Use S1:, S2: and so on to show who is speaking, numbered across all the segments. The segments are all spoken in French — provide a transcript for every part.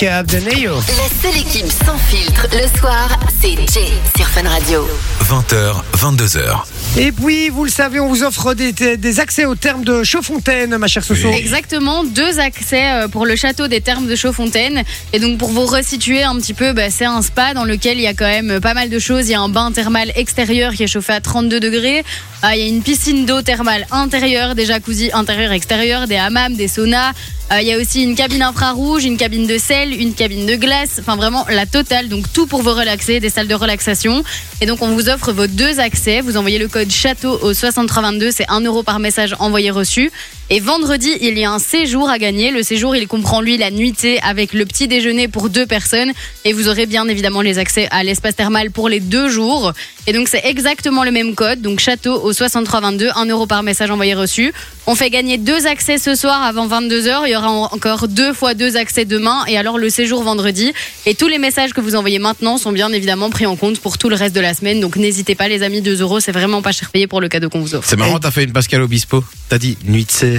S1: Cap de Neo.
S2: La seule équipe sans filtre le soir, c'est Jay sur Fun Radio.
S3: 20h, 22h.
S1: Et puis, vous le savez, on vous offre des, des accès au terme de Chaudfontaine, ma chère Soso.
S4: Exactement, deux accès euh, pour le château des Thermes de Chaudfontaine. Et donc, pour vous resituer un petit peu, bah, c'est un spa dans lequel il y a quand même pas mal de choses. Il y a un bain thermal extérieur qui est chauffé à 32 degrés. Ah, il y a une piscine d'eau thermale intérieure, des jacuzzi intérieur extérieur, des hammams, des saunas. Euh, Il y a aussi une cabine infrarouge, une cabine de sel, une cabine de glace, enfin vraiment la totale. Donc tout pour vous relaxer, des salles de relaxation. Et donc on vous offre vos deux accès. Vous envoyez le code château au 6322, c'est 1 euro par message envoyé reçu. Et vendredi, il y a un séjour à gagner. Le séjour, il comprend lui la nuitée avec le petit déjeuner pour deux personnes. Et vous aurez bien évidemment les accès à l'espace thermal pour les deux jours. Et donc c'est exactement le même code. Donc château au 6322, 1 euro par message envoyé reçu. On fait gagner deux accès ce soir avant 22h. Il y aura en- encore deux fois deux accès demain et alors le séjour vendredi. Et tous les messages que vous envoyez maintenant sont bien évidemment pris en compte pour tout le reste de la semaine. Donc n'hésitez pas les amis, 2 euros, c'est vraiment pas cher payé pour le cadeau qu'on vous offre.
S5: C'est marrant, t'as fait une Pascal Obispo. T'as dit nuit de serre.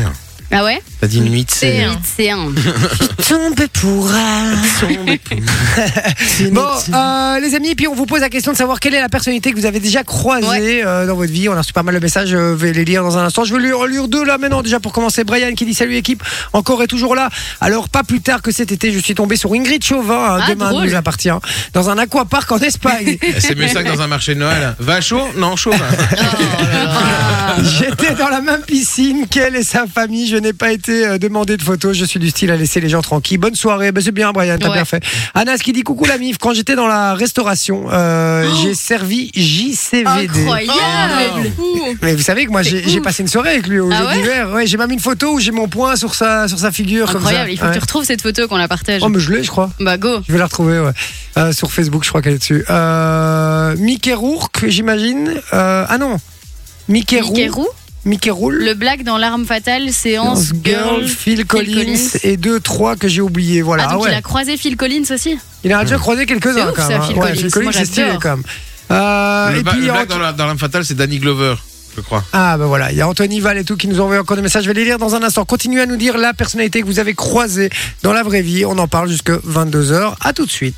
S4: Ah ouais
S5: T'as dit nuit de
S4: C'est
S5: serre.
S4: un. C'est
S1: Oh
S4: un.
S1: Tombe pour Bon, euh, les amis, puis on vous pose la question de savoir quelle est la personnalité que vous avez déjà croisée euh, dans votre vie. On a reçu pas mal de messages, euh, je vais les lire dans un instant. Je vais lire, lire deux là maintenant, déjà pour commencer. Brian qui dit Salut équipe, encore et toujours là. Alors, pas plus tard que cet été, je suis tombé sur Ingrid Chauvin, hein,
S4: Ah,
S1: demain
S4: drôle.
S1: nous appartient, dans un aquapark en Espagne.
S5: C'est mieux ça que dans un marché de Noël. Va chaud Non, chaud.
S1: J'étais dans la même piscine qu'elle et sa famille. Je n'ai pas été euh, demandé de photos. Je suis du style à laisser les gens tranquilles. Bonne soirée. Ben, c'est bien, Brian. T'as
S4: Ouais.
S1: bien fait. Anas qui dit coucou la mif. Quand j'étais dans la restauration, euh, j'ai servi JCVD.
S4: Oh. Incroyable
S1: Oh, Mais vous savez que moi, j'ai j'ai passé une soirée avec lui au
S4: Ah
S1: jeu
S4: ouais
S1: d'hiver. Ouais, j'ai même une photo où j'ai mon poing sur sa, sur sa figure.
S4: Incroyable,
S1: comme
S4: il
S1: ça.
S4: faut que
S1: Ouais.
S4: tu retrouves cette photo qu'on la partage.
S1: Oh, mais je l'ai, je crois.
S4: Bah go
S1: Je vais la retrouver, ouais. Euh, sur Facebook, je crois qu'elle est dessus. Euh, Mickey Rourke, j'imagine. Euh, ah non. Mickey,
S4: Mickey
S1: Rourke.
S4: Roux,
S1: Mickey Rourke.
S4: le black dans l'arme fatale, séance girl.
S1: Girl, Phil Collins,
S4: Collins.
S1: et deux, trois que j'ai oublié. Voilà.
S4: Ah, donc
S1: Ah ouais.
S4: il a croisé Phil Collins aussi
S1: Il en a déjà croisé
S4: C'est
S1: quelques-uns
S4: ouf,
S1: quand
S4: ça,
S1: même. hein.
S4: Phil
S1: Ouais,
S4: Collins.
S1: Phil Collins,
S4: Moi,
S1: c'est stylé
S4: j'adore.
S1: quand même. Euh,
S5: Le,
S1: et
S5: ba-
S1: puis,
S5: le
S1: il y a
S5: blague
S1: Anto-
S5: dans la- dans l'âme fatale, c'est Danny Glover, je crois.
S1: ah ben voilà, il y a Anthony Val et tout qui nous ont envoyé encore des messages. Je vais les lire dans un instant. Continuez à nous dire la personnalité que vous avez croisée dans la vraie vie. On en parle jusque 22 h À tout de suite.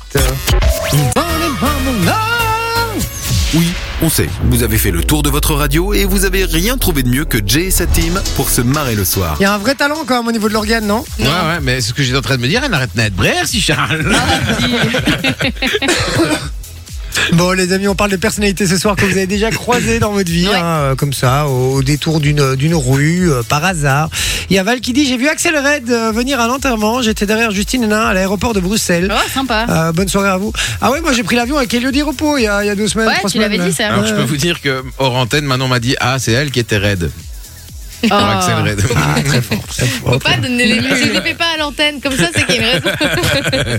S3: Oui, on sait. Vous avez fait le tour de votre radio et vous avez rien trouvé de mieux que Jay et sa team pour se marrer le soir.
S1: Il y a un vrai talent quand même au niveau de l'organe, non Ah
S5: Ouais, ouais, mais c'est ce que j'étais en train de me dire, elle arrête net. Merci Charles.
S1: bah. Bon les amis, on parle de personnalités ce soir que vous avez déjà croisées dans votre vie,
S4: Ouais.
S1: hein, euh, comme ça, au, au détour d'une d'une rue, euh, par hasard. Il y a Val qui dit, j'ai vu Axel Red euh, venir à l'enterrement, j'étais derrière Justine Hénin à l'aéroport de Bruxelles.
S4: Oh, sympa.
S1: Euh, bonne soirée à vous. Ah ouais, moi j'ai pris l'avion avec Elio Di Rupo il y a, il y a deux semaines.
S4: Ouais,
S1: Ah, trois
S4: tu
S1: semaines, Ah,
S4: l'avais
S1: là.
S4: dit ça.
S5: Alors je peux vous dire que hors antenne, Manon m'a dit Ah, c'est elle qui était raide.
S1: Ah.
S5: Pour
S4: Oh.
S5: Axel Raid.
S6: Faut pas donner les nuls. Je les fais pas à l'antenne, comme ça c'est qu'il y a une raison.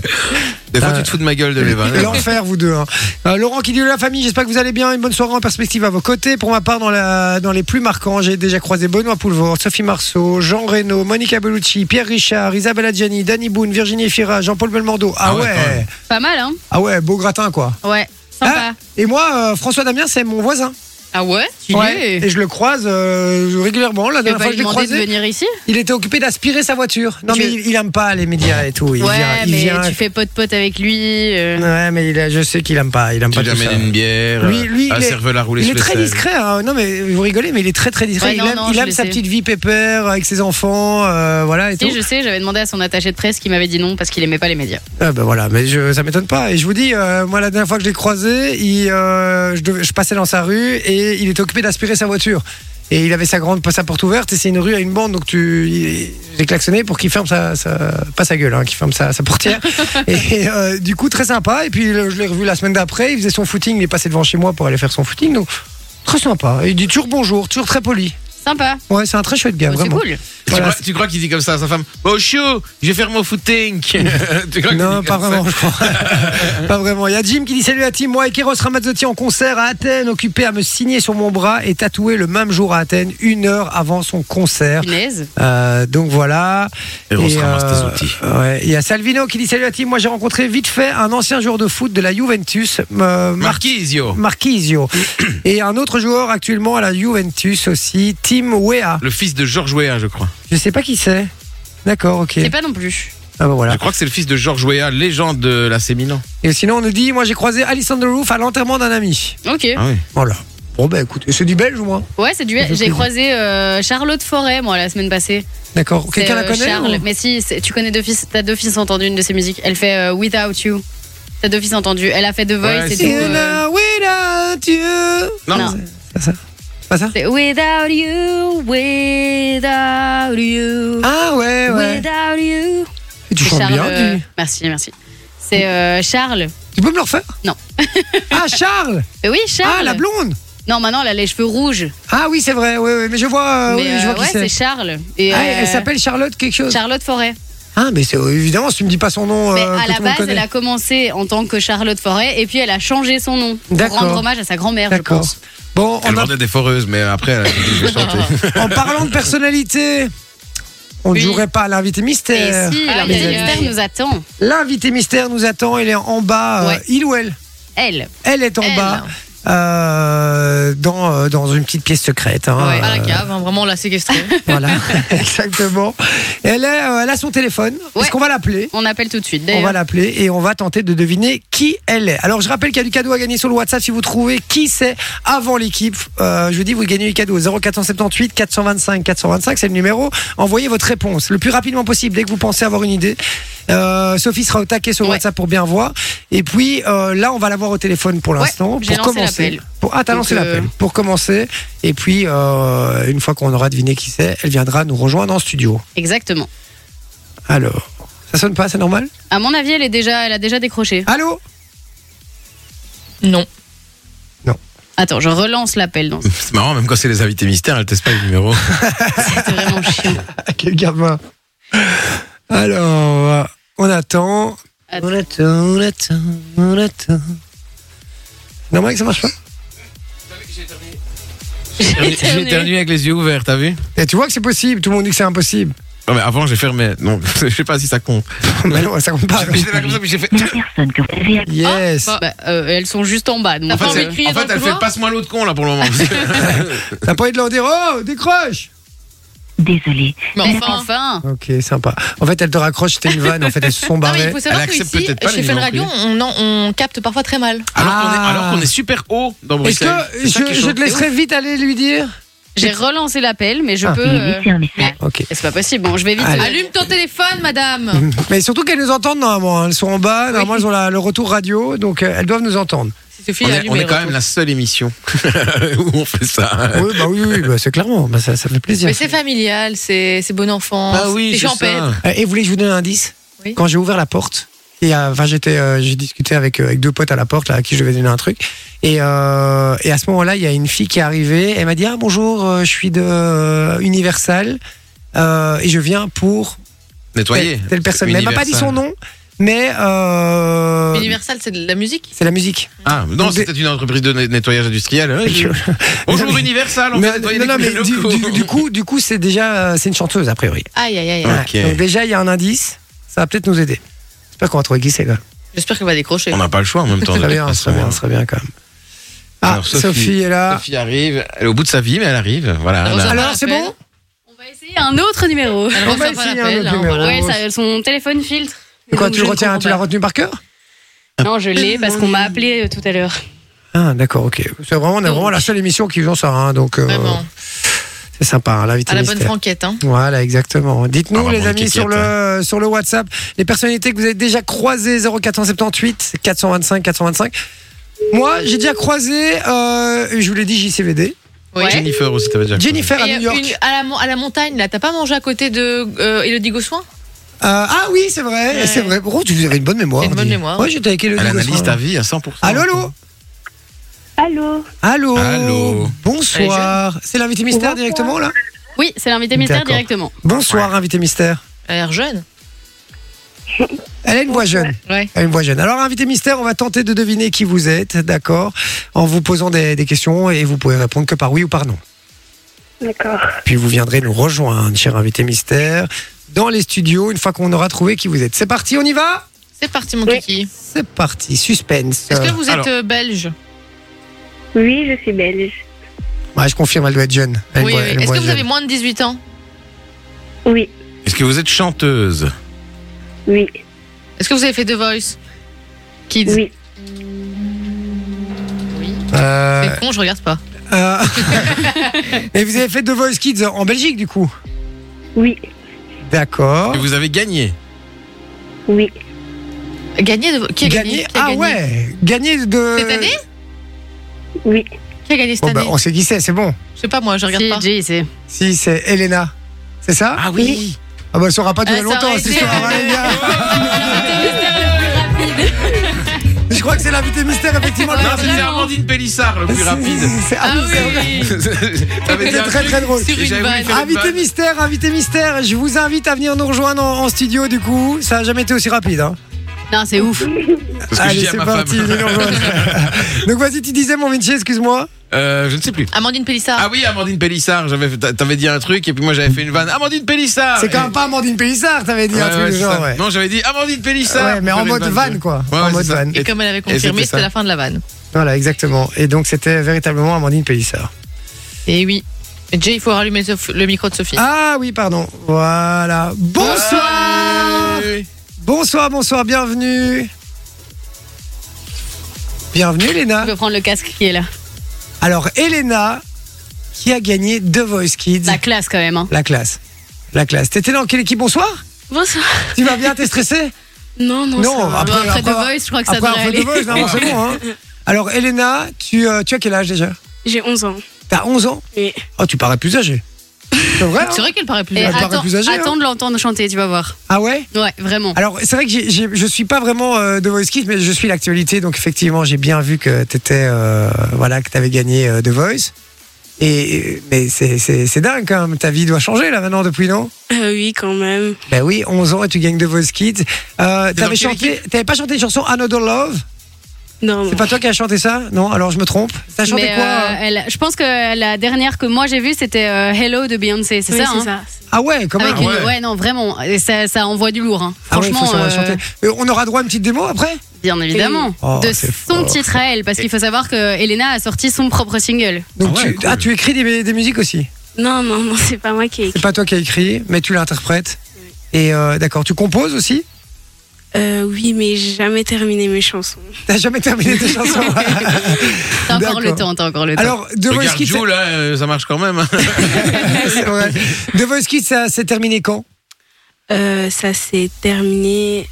S5: Des fois,
S1: Ah.
S5: tu te fous de ma gueule de Lévin.
S1: L'enfer, vous deux. hein. Euh, Laurent qui dit la famille, j'espère que vous allez bien. Une bonne soirée en perspective à vos côtés. Pour ma part, dans, la, dans les plus marquants, j'ai déjà croisé Benoît Poulvord, Sophie Marceau, Jean Reynaud, Monica Bellucci, Pierre Richard, Isabella Gianni, Danny Boone, Virginie Efira, Jean-Paul Belmondo. Ah,
S5: Ah ouais,
S1: ouais,
S5: quand même.
S4: Pas mal, hein
S1: ah ouais, beau gratin quoi.
S4: Ouais, sympa.
S1: Hein et moi, euh, François Damien, c'est mon voisin.
S6: Ah ouais
S1: Ouais. Et je le croise euh, régulièrement. La
S4: Tu peux
S1: dernière
S4: pas
S1: fois que je l'ai
S4: lui demander ben, de
S1: croisé,
S4: venir ici
S1: il était occupé d'aspirer sa voiture. Non,
S4: Tu-
S1: mais il, il aime pas les médias et tout. Il
S4: Ouais,
S1: vient, il
S4: mais
S1: vient-
S4: tu fais pote-pote avec lui. euh.
S1: Ouais, mais il a- je sais qu'il aime pas. Il aime
S5: Tu
S1: pas
S5: lui
S1: tout ça.
S5: amènes une bière,
S1: Lui- lui,
S5: un
S1: il est-
S5: cerveau à rouler
S1: Il
S5: sous
S1: est
S5: les
S1: très
S5: selles.
S1: discret, hein. non mais vous rigolez, mais il est très très discret.
S4: Ouais,
S1: il
S4: non,
S1: aime,
S4: non,
S1: il
S4: je
S1: aime
S4: le
S1: sa
S4: sais.
S1: petite vie pépère avec ses enfants, euh, voilà et tout.
S4: Si, je sais, j'avais demandé à son attaché de presse qui m'avait dit non parce qu'il aimait pas les médias.
S1: Ah, bah, voilà, mais je, ça m'étonne pas. Et je vous dis, euh, moi la dernière fois que je l'ai croisé, il, euh, je, devais- je passais dans sa rue et il était occupé d'aspirer sa voiture. Et il avait sa grande sa porte ouverte et c'est une rue à une bande donc tu il- j'ai klaxonné pour qu'il ferme sa, sa- pas sa gueule hein, qu'il ferme sa, sa portière et euh, du coup très sympa et puis le- je l'ai revu la semaine d'après il faisait son footing il est passé devant chez moi pour aller faire son footing donc très sympa Et il dit toujours bonjour toujours très poli
S4: Sympa.
S1: Ouais, c'est un très chouette gars,
S4: Oh, c'est
S1: Ah, vraiment.
S4: cool.
S5: Tu
S1: Voilà,
S5: crois- Tu crois qu'il dit comme ça à sa femme Oh, chou, je vais faire mon footing. Tu crois qu'il
S1: Non,
S5: dit
S1: pas
S5: comme ça
S1: vraiment, je crois. pas vraiment. Il y a Jim qui dit salut à Tim, moi et Kéros Ramazzotti en concert à Athènes, occupé à me signer sur mon bras et tatoué le même jour à Athènes, une heure avant son concert.
S4: Punaise.
S1: Euh, donc voilà.
S5: Et on se
S1: euh,
S5: ramasse tes outils.
S1: ouais. Il y a Salvino qui dit salut à Tim, moi j'ai rencontré vite fait un ancien joueur de foot de la Juventus, euh, Mar-
S5: Marquisio,
S1: Marquisio, et un autre joueur actuellement à la Juventus aussi, Tim Wea.
S5: le fils de Georges Weah, je crois.
S1: Je sais pas qui c'est. D'accord, ok.
S4: C'est pas non plus.
S1: Ah bah voilà.
S5: Je crois que c'est le fils de Georges Weah, légende de la Milan.
S1: Et sinon, on nous dit moi j'ai croisé Alison Roof à l'enterrement d'un ami.
S4: Ok.
S5: Ah oui.
S1: Voilà. Bon, bah écoute, c'est du belge au moins.
S4: Ouais, c'est du. J'ai croisé euh, Charlotte Forêt, moi, la semaine passée.
S1: D'accord.
S4: C'est,
S1: Quelqu'un la
S4: euh,
S1: connaît
S4: Charles.
S1: ou-
S4: Mais si, c'est- tu connais d'office, t'as d'office entendu une de ses musiques. Elle fait euh, Without You. T'as d'office entendu. Elle a fait The Voice
S5: Ouais,
S4: et
S5: c'est-
S4: tout.
S1: In
S4: euh,
S1: a without you.
S5: Non,
S4: Non.
S1: C'est ça C'est Pas ça
S4: c'est Without You, Without You,
S1: Ah ouais, ouais.
S4: Without You.
S1: Et tu
S4: C'est
S1: chantes
S4: Charles,
S1: bien.
S4: euh,
S1: Tu...
S4: Merci, merci. C'est euh, Charles.
S1: tu peux me le refaire
S4: Non.
S1: ah, Charles
S4: Mais oui, Charles.
S1: Ah, la blonde
S4: Non, maintenant, elle a les cheveux rouges.
S1: Ah oui, c'est vrai, oui, oui, mais je vois, euh,
S4: mais
S1: oui, je
S4: euh,
S1: vois
S4: ouais,
S1: qui
S4: c'est
S1: c'est.
S4: Charles. Et,
S1: Ah,
S4: euh,
S1: elle s'appelle euh, Charlotte quelque chose
S4: Charlotte Forêt.
S1: Ah, mais c'est évidemment, si tu me dis pas son nom.
S4: Mais
S1: euh,
S4: à
S1: que
S4: la
S1: tout le monde
S4: base, elle
S1: connaît.
S4: a commencé en tant que Charlotte Forêt et puis elle a changé son nom pour
S1: D'accord.
S4: rendre hommage à sa grand-mère, je
S1: D'accord.
S4: pense.
S1: Bon,
S5: elle
S1: en,
S5: vendait des foreuses, mais après, elle a dit je vais chanter.
S1: en parlant de personnalité, on ne
S4: Oui.
S1: jouerait pas à l'invité
S4: Et
S1: mystère.
S4: si,
S6: Ah,
S4: l'invité
S6: aïe, aïe,
S4: mystère
S6: aïe.
S4: nous attend.
S1: L'invité mystère nous attend, il est en bas, euh,
S4: Ouais.
S1: il ou elle
S4: Elle.
S1: Elle est en
S6: Elle.
S1: bas, euh, dans, euh, dans une petite pièce secrète. hein,
S6: Ouais, à la
S1: euh,
S6: cave, hein, vraiment, on l'a séquestrée.
S1: Voilà, exactement. Elle, est, euh, elle a son téléphone.
S4: Ouais.
S1: Est-ce qu'on va l'appeler
S4: On appelle tout de suite.
S1: On va
S4: D'ailleurs,
S1: l'appeler et on va tenter de deviner qui elle est. Alors je rappelle qu'il y a du cadeau à gagner sur le WhatsApp si vous trouvez qui c'est avant l'équipe. Euh, je vous dis, vous gagnez du cadeau 0478 425 425, c'est le numéro. Envoyez votre réponse le plus rapidement possible dès que vous pensez avoir une idée. Euh, Sophie sera au taquet sur le
S4: Ouais.
S1: WhatsApp pour bien voir. Et puis euh, là, on va l'avoir au téléphone pour l'instant.
S4: j'ai
S1: pour
S4: lancé
S1: commencer.
S4: l'appel.
S1: Pour... Ah, t'as
S4: Donc,
S1: lancé
S4: euh,
S1: l'appel. Pour commencer. Et puis, euh, une fois qu'on aura deviné qui c'est, elle viendra nous rejoindre en studio.
S4: Exactement.
S1: Alors, ça sonne pas, c'est normal
S4: À mon avis, elle, est déjà, elle a déjà décroché.
S1: Allô
S6: Non.
S4: Attends, je relance l'appel. donc.
S5: C'est marrant, même quand c'est les invités mystères, elle teste pas les numéros.
S4: C'était vraiment chiant.
S1: Quel gamin Alors, euh, on attend.
S4: Attends.
S1: On attend, on attend, on attend. Normal que ça marche pas
S5: J'ai éternué avec les yeux ouverts, t'as vu
S1: Et tu vois que c'est possible, tout le monde dit que c'est impossible.
S5: Non, mais avant, j'ai fermé. Non, je sais pas si ça compte.
S1: Mais non, ça compte pas.
S5: J'étais là comme ça, puis j'ai fait.
S1: Yes.
S6: Ah,
S4: Bah, euh, elles sont juste en bas. donc, euh,
S5: En
S6: T'as
S5: fait,
S6: pas envie
S5: c'est-
S6: de crier
S5: en
S6: dans
S5: fait,
S6: le
S5: elle fait
S6: couloir
S5: passe-moi l'autre con là pour le moment.
S1: T'as pas envie de leur dire Oh, décroche
S7: Désolé.
S6: Mais
S4: Mais
S6: enfin.
S4: enfin.
S1: Ok, sympa. En fait, elle te raccroche, c'était une vanne. En fait, elles se sont
S6: Non, mais il
S1: barrées.
S6: faut savoir
S5: Elle
S6: que
S5: accepte
S6: ici,
S5: peut-être pas les
S6: chez Fun
S5: gens,
S6: Radio, on, en- on capte parfois très mal.
S5: alors qu'on est-
S1: Ah.
S5: alors qu'on est, super haut dans
S1: Est-ce
S5: Bruxelles.
S1: que
S5: C'est ça qui est
S1: je, je
S5: chaud.
S1: te laisserai vite aller lui dire
S4: J'ai relancé l'appel, mais je
S1: Ah.
S4: peux.
S7: J'ai
S4: euh,
S7: laissé un message.
S1: Ok.
S4: C'est pas possible. Bon, je vais vite.
S1: Allez.
S6: Allume ton téléphone, madame
S1: Mais surtout qu'elles nous entendent normalement. hein. Elles sont en bas. Normalement,
S6: Oui.
S1: elles ont la- le retour radio. Donc, euh, elles doivent nous entendre.
S6: Sophie,
S5: On est,
S6: allume
S5: on est
S6: les
S5: quand
S6: retours.
S5: même la seule émission où on fait ça.
S1: Oui, bah oui, oui, bah, c'est clairement. Bah, ça, ça fait plaisir.
S6: Mais ah, c'est Bah familial, c'est c'est bon enfant,
S1: Ah
S6: c'est
S5: c'est
S6: champêtre.
S5: ça.
S1: Euh, Et vous voulez que je vous donne un indice
S6: Oui.
S1: Quand j'ai ouvert la porte, et euh, enfin j'étais, euh, j'ai discuté avec, euh, avec deux potes à la porte là, à qui je devais donner un truc. Et, euh, et à ce moment-là, il y a une fille qui est arrivée. Elle m'a dit ah bonjour, euh, je suis de euh, Universal euh, et je viens pour
S5: Nettoyer.
S1: telle, telle personne. Mais elle m'a pas dit
S5: Universal.
S1: son nom, mais euh,
S6: Universal, c'est de la musique
S1: c'est la musique.
S5: Ah, non,
S1: Des-
S5: c'était une entreprise de net- nettoyage industriel. Ouais,
S1: Je-
S5: Bonjour Universal, on
S1: non,
S5: fait nettoyer
S1: non,
S5: les
S1: non, mais
S5: coups
S1: du,
S5: de locaux.
S1: du- du coup, du coup, c'est déjà euh, c'est une chanteuse a priori.
S6: Aïe, aïe, aïe.
S5: Ouais.
S1: Voilà.
S5: Ok.
S1: Donc déjà, il y a un indice. Ça va peut-être nous aider. J'espère qu'on va trouver qui c'est. quoi.
S6: J'espère qu'elle va décrocher.
S5: On n'a pas le choix en même temps.
S1: Ça
S5: de
S1: serait
S5: toute
S1: bien, ça
S5: façon.
S1: serait bien, ça serait bien quand même. Ah,
S5: Alors,
S1: Sophie,
S5: Sophie.
S1: est là.
S5: Sophie arrive, elle est au bout de sa vie, mais elle arrive.
S1: Ah,
S5: Voilà.
S6: Alors,
S5: elle a-
S6: ça-
S1: Alors, c'est
S6: Appel.
S1: bon
S4: On va essayer un autre numéro.
S6: Elle
S1: On
S6: reçoit
S1: va
S6: pas
S1: essayer un
S6: l'appel,
S1: autre
S6: hein,
S1: numéro.
S6: voilà.
S4: Ouais, ça- son téléphone filtre.
S1: Et Quoi,
S4: Donc,
S1: tu
S4: je
S1: le
S4: ne
S1: retiens,
S4: comprends
S1: tu l'as
S4: pas.
S1: retenu par cœur
S4: Non, je l'ai parce qu'on m'a appelé euh, tout à l'heure.
S1: Ah, d'accord, ok. C'est vraiment, on est vraiment la seule émission qui vous en sort, hein, donc euh,
S6: Vraiment,
S1: c'est sympa, hein, l'invité
S6: à la bonne
S1: mystère.
S6: franquette. Hein.
S1: Voilà, exactement.
S5: Ah,
S1: Dites-nous,
S5: vraiment,
S1: les
S5: une hein.
S1: amis,
S5: quiquette,
S1: sur le, sur le WhatsApp, les personnalités que vous avez déjà croisées, 0478 425 425. Moi, j'ai déjà croisé, euh, je vous l'ai dit, JCVD.
S6: Oui.
S5: Jennifer aussi, t'avais déjà.
S1: Jennifer à
S6: Et
S1: New York.
S6: une- à, la, mon- à la montagne, là, t'as pas mangé à côté de euh, Elodie Gossuin
S1: Euh, ah oui, c'est vrai,
S6: Ouais.
S1: c'est vrai. Oh, tu vous avez une bonne mémoire.
S6: Une bonne
S1: dis.
S6: mémoire.
S1: Ouais, j'étais avec Elodie.
S5: Elle
S1: le
S5: analyse
S1: soir.
S5: ta vie à 100%.
S1: Allô, allô
S7: Allô
S1: Allô.
S5: Allô.
S1: Bonsoir. C'est l'invité mystère
S7: Bonsoir.
S1: directement là
S4: Oui, c'est l'invité mystère
S1: D'accord.
S4: directement.
S1: Bonsoir invité mystère.
S6: Elle a l'air jeune.
S1: Elle a une voix jeune.
S6: Ouais.
S1: Elle a une voix jeune. Alors invité mystère, on va tenter de deviner qui vous êtes, d'accord En vous posant des, des questions et vous pouvez répondre que par oui ou par non.
S7: D'accord.
S1: Puis vous viendrez nous rejoindre, cher invité mystère, dans les studios une fois qu'on aura trouvé qui vous êtes. C'est parti, on y va
S6: C'est parti, mon
S7: Oui.
S6: kiki.
S1: C'est parti, suspense.
S6: Est-ce que vous êtes
S5: alors.
S6: euh, belge
S7: Oui, je suis belge.
S1: Ouais, je confirme, elle doit être jeune. Elle a une
S6: Oui,
S1: voix-
S6: oui.
S1: elle a une
S6: Est-ce
S1: voix
S6: que vous
S1: jeune.
S6: avez moins de 18 ans
S7: Oui,
S5: Est-ce que vous êtes chanteuse
S7: Oui.
S6: Est-ce que vous avez fait The Voice Kids
S7: Oui.
S1: Euh,
S6: C'est con, je regarde pas.
S1: euh, Et vous avez fait The Voice Kids en Belgique, du coup
S7: Oui.
S1: D'accord.
S5: Et vous avez gagné.
S7: Oui.
S6: Gagné de... Qui a gagné, Qui a
S1: Ah
S6: gagné
S1: ouais Gagné de.
S6: Cette année
S7: Oui.
S6: Qui a gagné cette
S1: Bon, bah,
S6: année
S1: on sait qui c'est, c'est bon.
S6: Je sais pas moi, je regarde
S4: Si,
S6: pas.
S4: Jay, c'est.
S1: Si, c'est Elena. C'est ça Ah oui Ah bah, ça aura pas duré
S6: Ah, ça
S1: longtemps,
S6: aurait
S1: cette
S6: été- Oh,
S1: histoire. hein, Allez, viens.
S6: oh.
S1: Je crois que c'est l'invité mystère, effectivement. le
S5: Non,
S1: plus
S5: c'était Amandine Pélissard le plus rapide.
S1: Ah, C'est- c'est-
S6: Ah
S1: ah, c'est-
S6: oui
S5: T'avais dit un
S1: très,
S5: truc,
S1: très drôle.
S5: et
S6: Sur une
S5: j'avais voulu
S6: vanne.
S5: faire une
S1: Invité
S5: vanne.
S1: mystère, invité mystère, je vous invite à venir nous rejoindre en, en studio du coup, ça a jamais été aussi rapide. Hein.
S4: Non, c'est ouf.
S5: Parce que je
S1: Allez,
S5: dis à
S1: c'est
S5: ma
S1: parti,
S5: femme.
S1: venez nous rejoindre. Donc vas-y, tu disais mon Vinci, excuse-moi.
S5: Euh, je ne sais plus.
S6: Amandine Pélissard.
S5: Ah oui, Amandine Pélissard, j'avais fait- t'avais dit un truc et puis moi j'avais fait une vanne. Amandine Pélissard
S1: C'est quand même pas Amandine Pélissard, t'avais dit
S5: Ah, Ouais,
S1: un truc
S5: ouais,
S1: du
S5: c'est
S1: genre,
S5: ça.
S1: ouais.
S5: Non, j'avais dit Amandine Pélissard
S1: Ouais, mais en
S5: J'avais une
S1: mode van
S5: de-
S1: quoi.
S5: Ouais,
S1: en
S5: ouais,
S1: mode
S5: c'est ça.
S1: van.
S6: Et comme elle avait
S5: c'était
S6: confirmé,
S5: ça.
S6: c'était la fin de la vanne.
S1: Voilà, exactement. Et donc c'était véritablement Amandine Pélissard.
S6: Et oui. Et Jay, il faut rallumer Sof- le micro de Sophie.
S1: Ah oui, pardon. Voilà. Bonsoir
S5: Salut
S1: Bonsoir, bonsoir, bienvenue. Bienvenue Léna.
S4: Je peux prendre le casque qui est là.
S1: Alors Elena, qui a gagné The Voice Kids.
S4: La classe quand même. Hein.
S1: La classe. La classe. T'étais dans quelle équipe Bonsoir
S4: Bonsoir.
S1: Tu vas bien T'es stressé
S4: Non, non,
S1: Non,
S4: ça va.
S1: après-
S4: Bon, après,
S1: après-
S4: The Voice, je crois que ça
S1: Après
S4: devrait
S1: un peu
S4: aller.
S1: de voix, non, c'est bon. Hein. Alors, Elena, tu, euh, tu as quel âge déjà
S8: J'ai 11 ans.
S1: T'as 11 ans
S8: Oui.
S1: Oh, tu parais plus âgée. C'est vrai hein
S6: C'est vrai qu'elle paraît plus
S4: Et
S1: Elle
S6: jeune.
S1: paraît
S4: attends,
S1: plus âgée, hein.
S4: attends de l'entendre chanter, tu vas voir.
S1: Ah ouais
S4: Ouais, vraiment.
S1: Alors, c'est vrai que j'ai- j'ai- je suis pas vraiment euh, de Voice Kids, mais je suis l'actualité. Donc, effectivement, j'ai bien vu que t'étais. euh, voilà, que t'avais gagné euh, The Voice. Et, mais c'est- c'est c'est dingue quand même. Ta vie doit changer là maintenant depuis, non
S8: Euh, oui, quand même.
S1: Ben oui, 11 ans et tu gagnes The Voice Kids. Euh,
S5: dans
S1: t'avais
S5: quelle
S1: chanté, t'avais pas chanté une chanson Another Love
S8: Non,
S1: C'est pas toi qui as chanté ça Non, alors je me trompe. T'as chanté
S4: Mais,
S1: quoi
S4: euh,
S1: hein
S4: elle- Je pense que la dernière que moi j'ai vue, c'était euh, Hello de Beyoncé, c'est
S8: Oui,
S4: ça, hein
S1: Ah ouais, comment
S4: Avec
S5: Ah ouais.
S4: une- ouais, non, vraiment. Et ça, ça envoie du lourd. hein.
S1: Ah ouais, il faut
S4: Franchement,
S1: savoir
S4: euh,
S1: chanter. Euh, On aura droit à une petite démo après
S4: bien évidemment.
S1: Oh,
S4: de
S1: c'est
S4: son
S1: fort.
S4: titre à elle, parce qu'il faut savoir que Elena a sorti son propre single.
S1: Donc
S5: Ah ouais,
S1: tu...
S5: cool.
S1: Ah, tu écris des, des musiques aussi
S8: Non, non, non, c'est pas moi qui ai
S1: C'est
S8: écrit.
S1: pas toi qui as écrit, mais tu l'interprètes. Et euh, d'accord, tu composes aussi
S8: Euh, oui, mais j'ai jamais terminé mes chansons.
S1: T'as jamais terminé tes chansons
S4: T'as encore le
S1: D'accord.
S4: temps, t'as encore le temps.
S1: Alors, The Voice
S5: Regarde
S1: Kids,
S5: Jou, là, euh, ça marche quand même. hein.
S1: c'est vrai. The Voice Kids, ça s'est terminé quand
S8: Euh, ça s'est terminé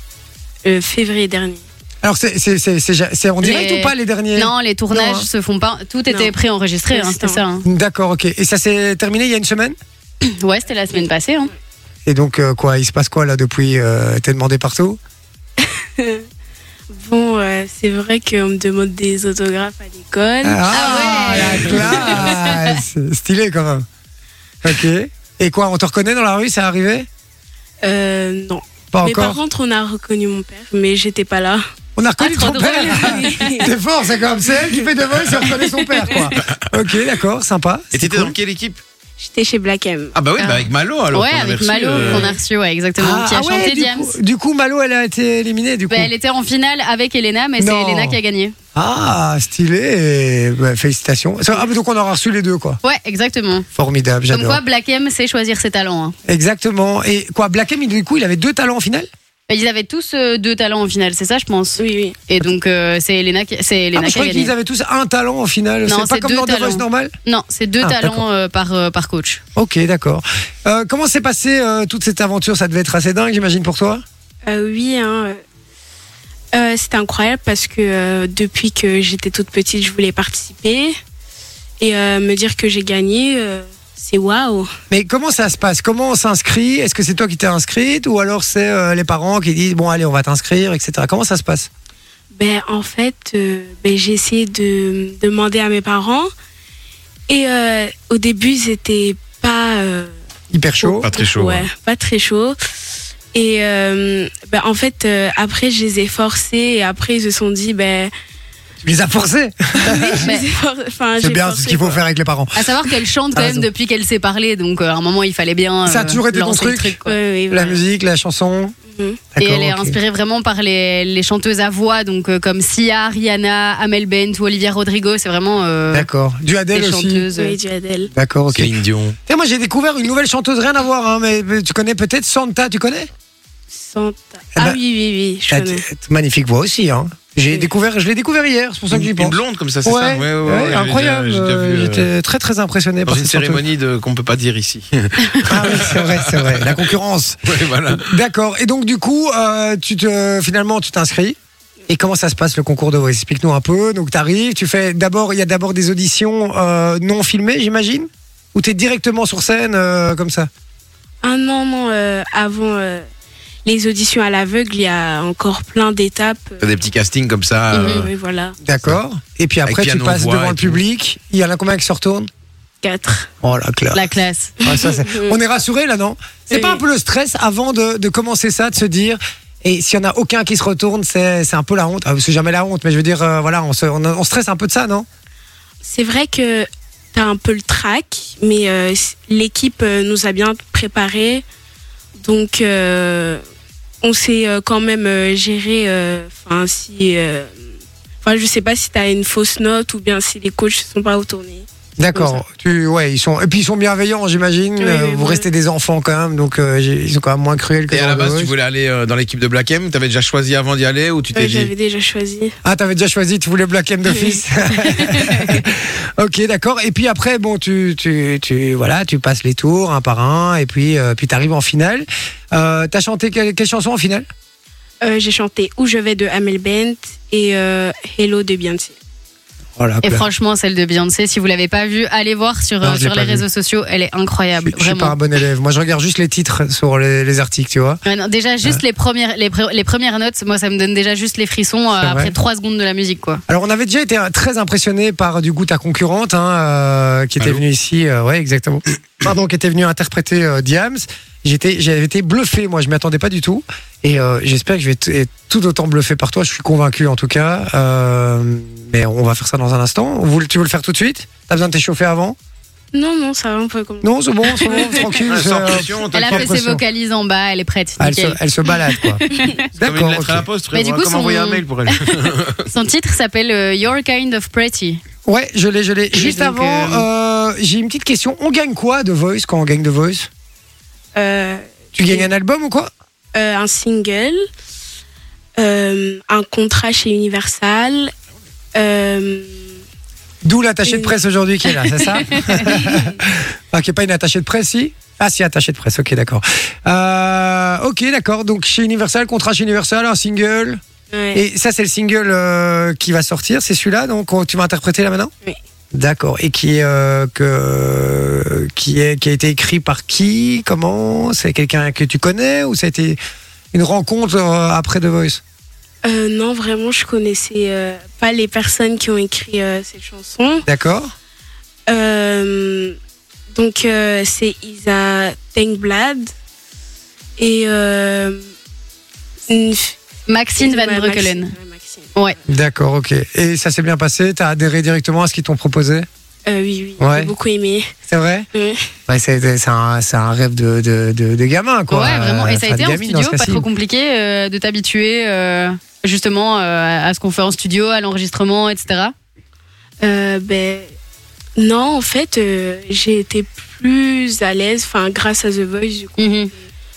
S8: euh, février dernier.
S1: Alors, c'est- c'est c'est- c'est- c'est en direct
S4: Les-
S1: ou pas les derniers
S4: non, les tournages
S1: Non, hein.
S4: se font pas. Tout était
S8: Non.
S4: préenregistré, hein, c'était
S8: Instant.
S4: ça. hein.
S1: D'accord, ok. Et ça s'est terminé il y a une semaine
S4: Ouais, c'était la semaine passée. hein.
S1: Et donc, euh, quoi, il se passe quoi là depuis euh, T'es demandé partout
S8: Bon, euh, c'est vrai qu'on me demande des autographes à l'école.
S1: Ah, la classe Stylé quand même. Ok. Et quoi, on te reconnaît dans la rue, ça arrivé
S8: Euh, non.
S1: Pas
S8: Mais par
S1: encore.
S8: contre, on a reconnu mon père, mais j'étais pas là.
S1: On a reconnu
S4: Ah, trop
S1: ton père C'est fort, c'est comme c'est elle qui fait de vol, c'est reconnaît son père, quoi. Ok, d'accord, sympa.
S5: Et
S1: c'est
S5: t'étais
S1: cool.
S5: dans quelle équipe
S8: J'étais chez Black M.
S5: Ah bah oui,
S6: Ah.
S5: bah avec Malo alors.
S4: ouais,
S5: qu'on avait
S4: avec
S5: reçu,
S4: Malo
S5: euh,
S4: qu'on a reçu, ouais, exactement,
S1: ah,
S4: qui a
S1: ah ouais,
S4: chanté
S1: du
S4: Diams.
S1: Coup, du coup, Malo, elle a été éliminée, du coup.
S4: Bah, elle était en finale avec Elena, mais c'est
S1: Non.
S4: Elena qui a gagné.
S1: Ah, stylé. Bah, félicitations. Ah, mais donc on aura reçu les deux, quoi.
S4: Ouais, exactement.
S1: Formidable,
S4: Comme
S1: j'adore.
S4: quoi, Black M sait choisir ses talents. hein.
S1: Exactement. Et quoi, Black M, il- du coup, il avait deux talents en finale
S4: Mais Ils avaient tous euh, deux talents en finale, c'est ça, je pense.
S8: Oui, oui.
S4: Et donc, euh, c'est Elena qui, c'est
S1: Ah,
S4: Elena
S1: mais je
S4: qui a
S1: croyais
S4: gagné.
S1: qu'ils avaient tous un talent en finale.
S4: Non,
S1: C'est pas
S4: c'est
S1: comme
S4: deux
S1: dans The Voice
S4: talents.
S1: normal
S4: Non, c'est deux
S1: Ah, d'accord.
S4: talents euh, par, euh, par coach.
S1: Ok, d'accord. Euh, comment s'est passée euh, toute cette aventure Ça devait être assez dingue, j'imagine, pour toi
S8: Euh, oui, hein, euh, euh, c'était incroyable parce que euh, depuis que j'étais toute petite, je voulais participer. Et euh, me dire que j'ai gagné, euh, c'est waouh.
S1: Mais comment ça se passe Comment on s'inscrit Est-ce que c'est toi qui t'es inscrite Ou alors c'est euh, les parents qui disent Bon, allez, on va t'inscrire, etc. Comment ça se passe
S8: Ben, en fait, euh, ben, j'ai essayé de demander à mes parents. Et euh, au début, ils étaient pas. euh,
S1: Hyper chaud.
S5: Pas très chaud.
S8: Ouais, pas très chaud. Et euh, ben, en fait, euh, après, je les ai forcés. Et après, ils se sont dit, ben.
S1: Tu les as forcés
S4: Ah, Mais-
S1: C'est bien c'est ce qu'il faut faire avec les parents.
S4: À savoir qu'elle chante
S1: T'as
S4: quand
S1: raison.
S4: même depuis qu'elle s'est parlé, donc euh, à un moment il fallait bien.
S1: Ah, Ça a
S4: euh,
S1: toujours été ton
S4: lancer le
S1: truc
S4: quoi.
S1: La musique, la chanson.
S8: Mhm.
S4: Et
S1: D'accord,
S4: elle est
S1: ok.
S4: inspirée vraiment par les, les chanteuses à voix, donc euh, comme Sia, Rihanna, Amel Bent ou Olivia Rodrigo, c'est vraiment euh,
S1: D'accord. Du
S4: des
S1: Adèle aussi.
S4: chanteuses. euh,
S8: Oui, du Adèle.
S1: D'accord, ok.
S5: Céline Dion.
S1: Et moi, j'ai découvert une nouvelle chanteuse, rien à voir, hein, mais mais tu connais peut-être Santa, tu connais
S8: Santa.
S1: Eh
S8: Ah
S1: ben,
S8: oui, oui, oui, je
S1: Ah,
S8: connais.
S1: t- t- magnifique voix aussi. Hein. J'ai
S8: Oui.
S1: découvert, je l'ai découvert hier, c'est pour ça que j'y
S5: Une
S1: pense.
S5: blonde comme ça, c'est ça
S1: Ouais, ouais,
S5: j'avais
S1: incroyable.
S5: déjà- j'ai déjà
S1: euh,
S5: vu, euh,
S1: J'étais très très impressionné
S5: Dans
S1: par
S5: une
S1: cette chanteuse.
S5: cérémonie de- qu'on peut pas dire ici.
S1: Ah oui, c'est vrai, c'est vrai. La concurrence.
S5: Ouais, voilà.
S1: D'accord. Et donc du coup, euh, tu te, finalement, tu t'inscris. Et comment ça se passe le concours de voix Explique-nous un peu. Donc t'arrives, tu fais d'abord, il y a d'abord des auditions euh, non filmées, j'imagine, ou t'es directement sur scène euh, comme ça.
S8: Ah non, non, euh, avant euh, les auditions à l'aveugle, il y a encore plein d'étapes.
S5: T'as des petits castings comme
S1: Ah,
S5: ça.
S8: Oui,
S5: euh,
S8: oui, voilà,
S1: D'accord. Et puis après,
S5: Avec
S1: tu
S5: piano,
S1: passes
S5: voix
S1: devant
S5: et
S1: le
S5: tout.
S1: public. Il y en a combien qui se retournent
S8: quatre.
S1: Oh la classe.
S4: La classe.
S1: Ah, ça, c'est- on est rassuré là, non C'est
S8: Euh. Oui.
S1: pas un peu le stress avant de, de commencer ça, de se dire. Et s'il y en a aucun qui se retourne, c'est c'est un peu la honte. Ah, c'est jamais la honte, mais je veux dire, euh, voilà, on, se, on, on stresse un peu de ça, non
S8: C'est vrai que t'as un peu le track, mais euh, c- l'équipe euh, nous a bien préparé. Donc, euh, on s'est euh, quand même euh, géré. euh, Enfin, si. euh, Enfin, je sais pas si t'as une fausse note ou bien si les coachs ne sont pas retournés.
S1: D'accord. Tu, ouais, ils sont et puis ils sont bienveillants, j'imagine.
S8: Oui,
S1: Euh,
S8: oui,
S1: vous
S8: oui.
S1: restez des enfants quand même, donc euh, j'ai- ils sont quand même moins cruels que.
S5: Et à
S1: dans
S5: la
S1: le
S5: base,
S1: Voice.
S5: tu voulais aller euh, dans l'équipe de Black M T'avais déjà choisi avant d'y aller ou tu t'es
S8: Ouais,
S5: dit
S8: J'avais déjà choisi.
S1: Ah, t'avais déjà choisi, tu voulais Black M d'office. ok, d'accord. Et puis après, bon, tu, tu, tu, voilà, tu passes les tours un par un, et puis, euh, puis t'arrives en finale. Euh, T'as chanté quelle, quelle chanson en finale
S8: Euh, J'ai chanté Où je vais de Amel Bent et euh, Hello de Beyoncé.
S1: Oh la
S4: Et
S1: classe.
S4: franchement, celle de Beyoncé, si vous l'avez pas vue, allez voir sur,
S1: Non,
S4: euh,
S1: je l'ai
S4: sur
S1: pas
S4: les
S1: vue.
S4: réseaux sociaux. Elle est
S1: Je,
S4: incroyable,
S1: je suis pas un
S4: vraiment.
S1: bon élève. Moi, je regarde juste les titres sur les, les articles, tu vois.
S4: Ouais, non, déjà, juste les, premières, les, pre- les premières notes, moi, ça me donne déjà juste les frissons euh,
S1: C'est vrai
S4: après 3 secondes de la musique, quoi.
S1: Alors, on avait déjà été euh, très impressionné par du coup ta concurrente, hein, euh, qui était
S5: Allô
S1: venue ici, euh, ouais, exactement. Pardon, qui était venue interpréter euh, Diams. J'étais, j'avais été bluffé, moi, je m'y attendais pas du tout. Et euh, j'espère que je vais t- être tout autant bluffé par toi. Je suis convaincu, en tout cas. Euh, mais on va faire ça dans un instant. Vous, le- tu veux le faire tout de suite T'as besoin de t'échauffer avant
S8: Non, non, ça va, on peut commencer.
S1: Non, c'est bon, c'est bon, tranquille.
S5: Ah,
S1: c'est,
S5: sans
S1: euh,
S5: pression, t'as
S4: Elle a
S1: pas
S4: fait ses
S1: l'impression.
S4: vocalises en bas, elle est prête.
S1: Ah, elle, se,
S4: nickel.
S1: elle se balade, quoi.
S5: comme une
S1: D'accord.
S5: lettre à la
S1: ok.
S5: poste,
S4: Mais
S5: frérot,
S4: du coup,
S5: comme
S4: son-
S5: envoyer un mail pour elle.
S4: Son titre s'appelle euh, Your Kind of Pretty.
S1: Ouais, je l'ai, je l'ai. Juste
S4: donc,
S1: avant, euh, j'ai une petite question. On gagne quoi de Voice quand on gagne de Voice
S8: Euh,
S1: Tu gagnes un album ou quoi
S8: euh, un single, euh, un contrat chez Universal. euh,
S1: D'où l'attaché de
S8: Et-
S1: presse aujourd'hui qui est là, c'est ça Ah, qui n'est pas une attachée de presse, si Ah, si, attachée de presse, ok, d'accord. Euh, ok, d'accord. Donc, chez Universal, contrat chez Universal, un single.
S8: ouais.
S1: Et ça, c'est le single euh, qui va sortir, c'est celui-là, donc on- tu vas interpréter là maintenant
S8: Oui.
S1: D'accord. Et qui est, euh, que, qui est qui a été écrit par qui Comment C'est quelqu'un que tu connais ou ça a été une rencontre euh, après The Voice
S8: Euh, non, vraiment, je connaissais euh, pas les personnes qui ont écrit euh, cette chanson.
S1: D'accord.
S8: Euh, donc, euh, c'est Isa Tengblad et euh, une f-
S4: Maxine Van
S8: Ouais,
S4: Breukelen.
S8: Maxine, ouais, Maxine.
S1: D'accord, ok. Et ça s'est bien passé T'as adhéré directement à ce qu'ils t'ont proposé
S8: Euh, oui, oui,
S1: Ouais.
S8: j'ai beaucoup aimé.
S1: C'est vrai
S8: Oui.
S1: Ouais, c'est c'est un, c'est un rêve de, de, de, de gamin, quoi. Euh,
S4: ouais, vraiment. Et ça
S1: Enfin,
S4: a été
S1: de
S4: en
S1: gamine, dans
S4: studio,
S1: ce
S4: pas
S1: cas-ci.
S4: trop compliqué euh, de t'habituer euh, justement euh, à ce qu'on fait en studio, à l'enregistrement, etc.
S8: Euh, ben, non, en fait, euh, j'ai été plus à l'aise, enfin, grâce à The Voice, du coup,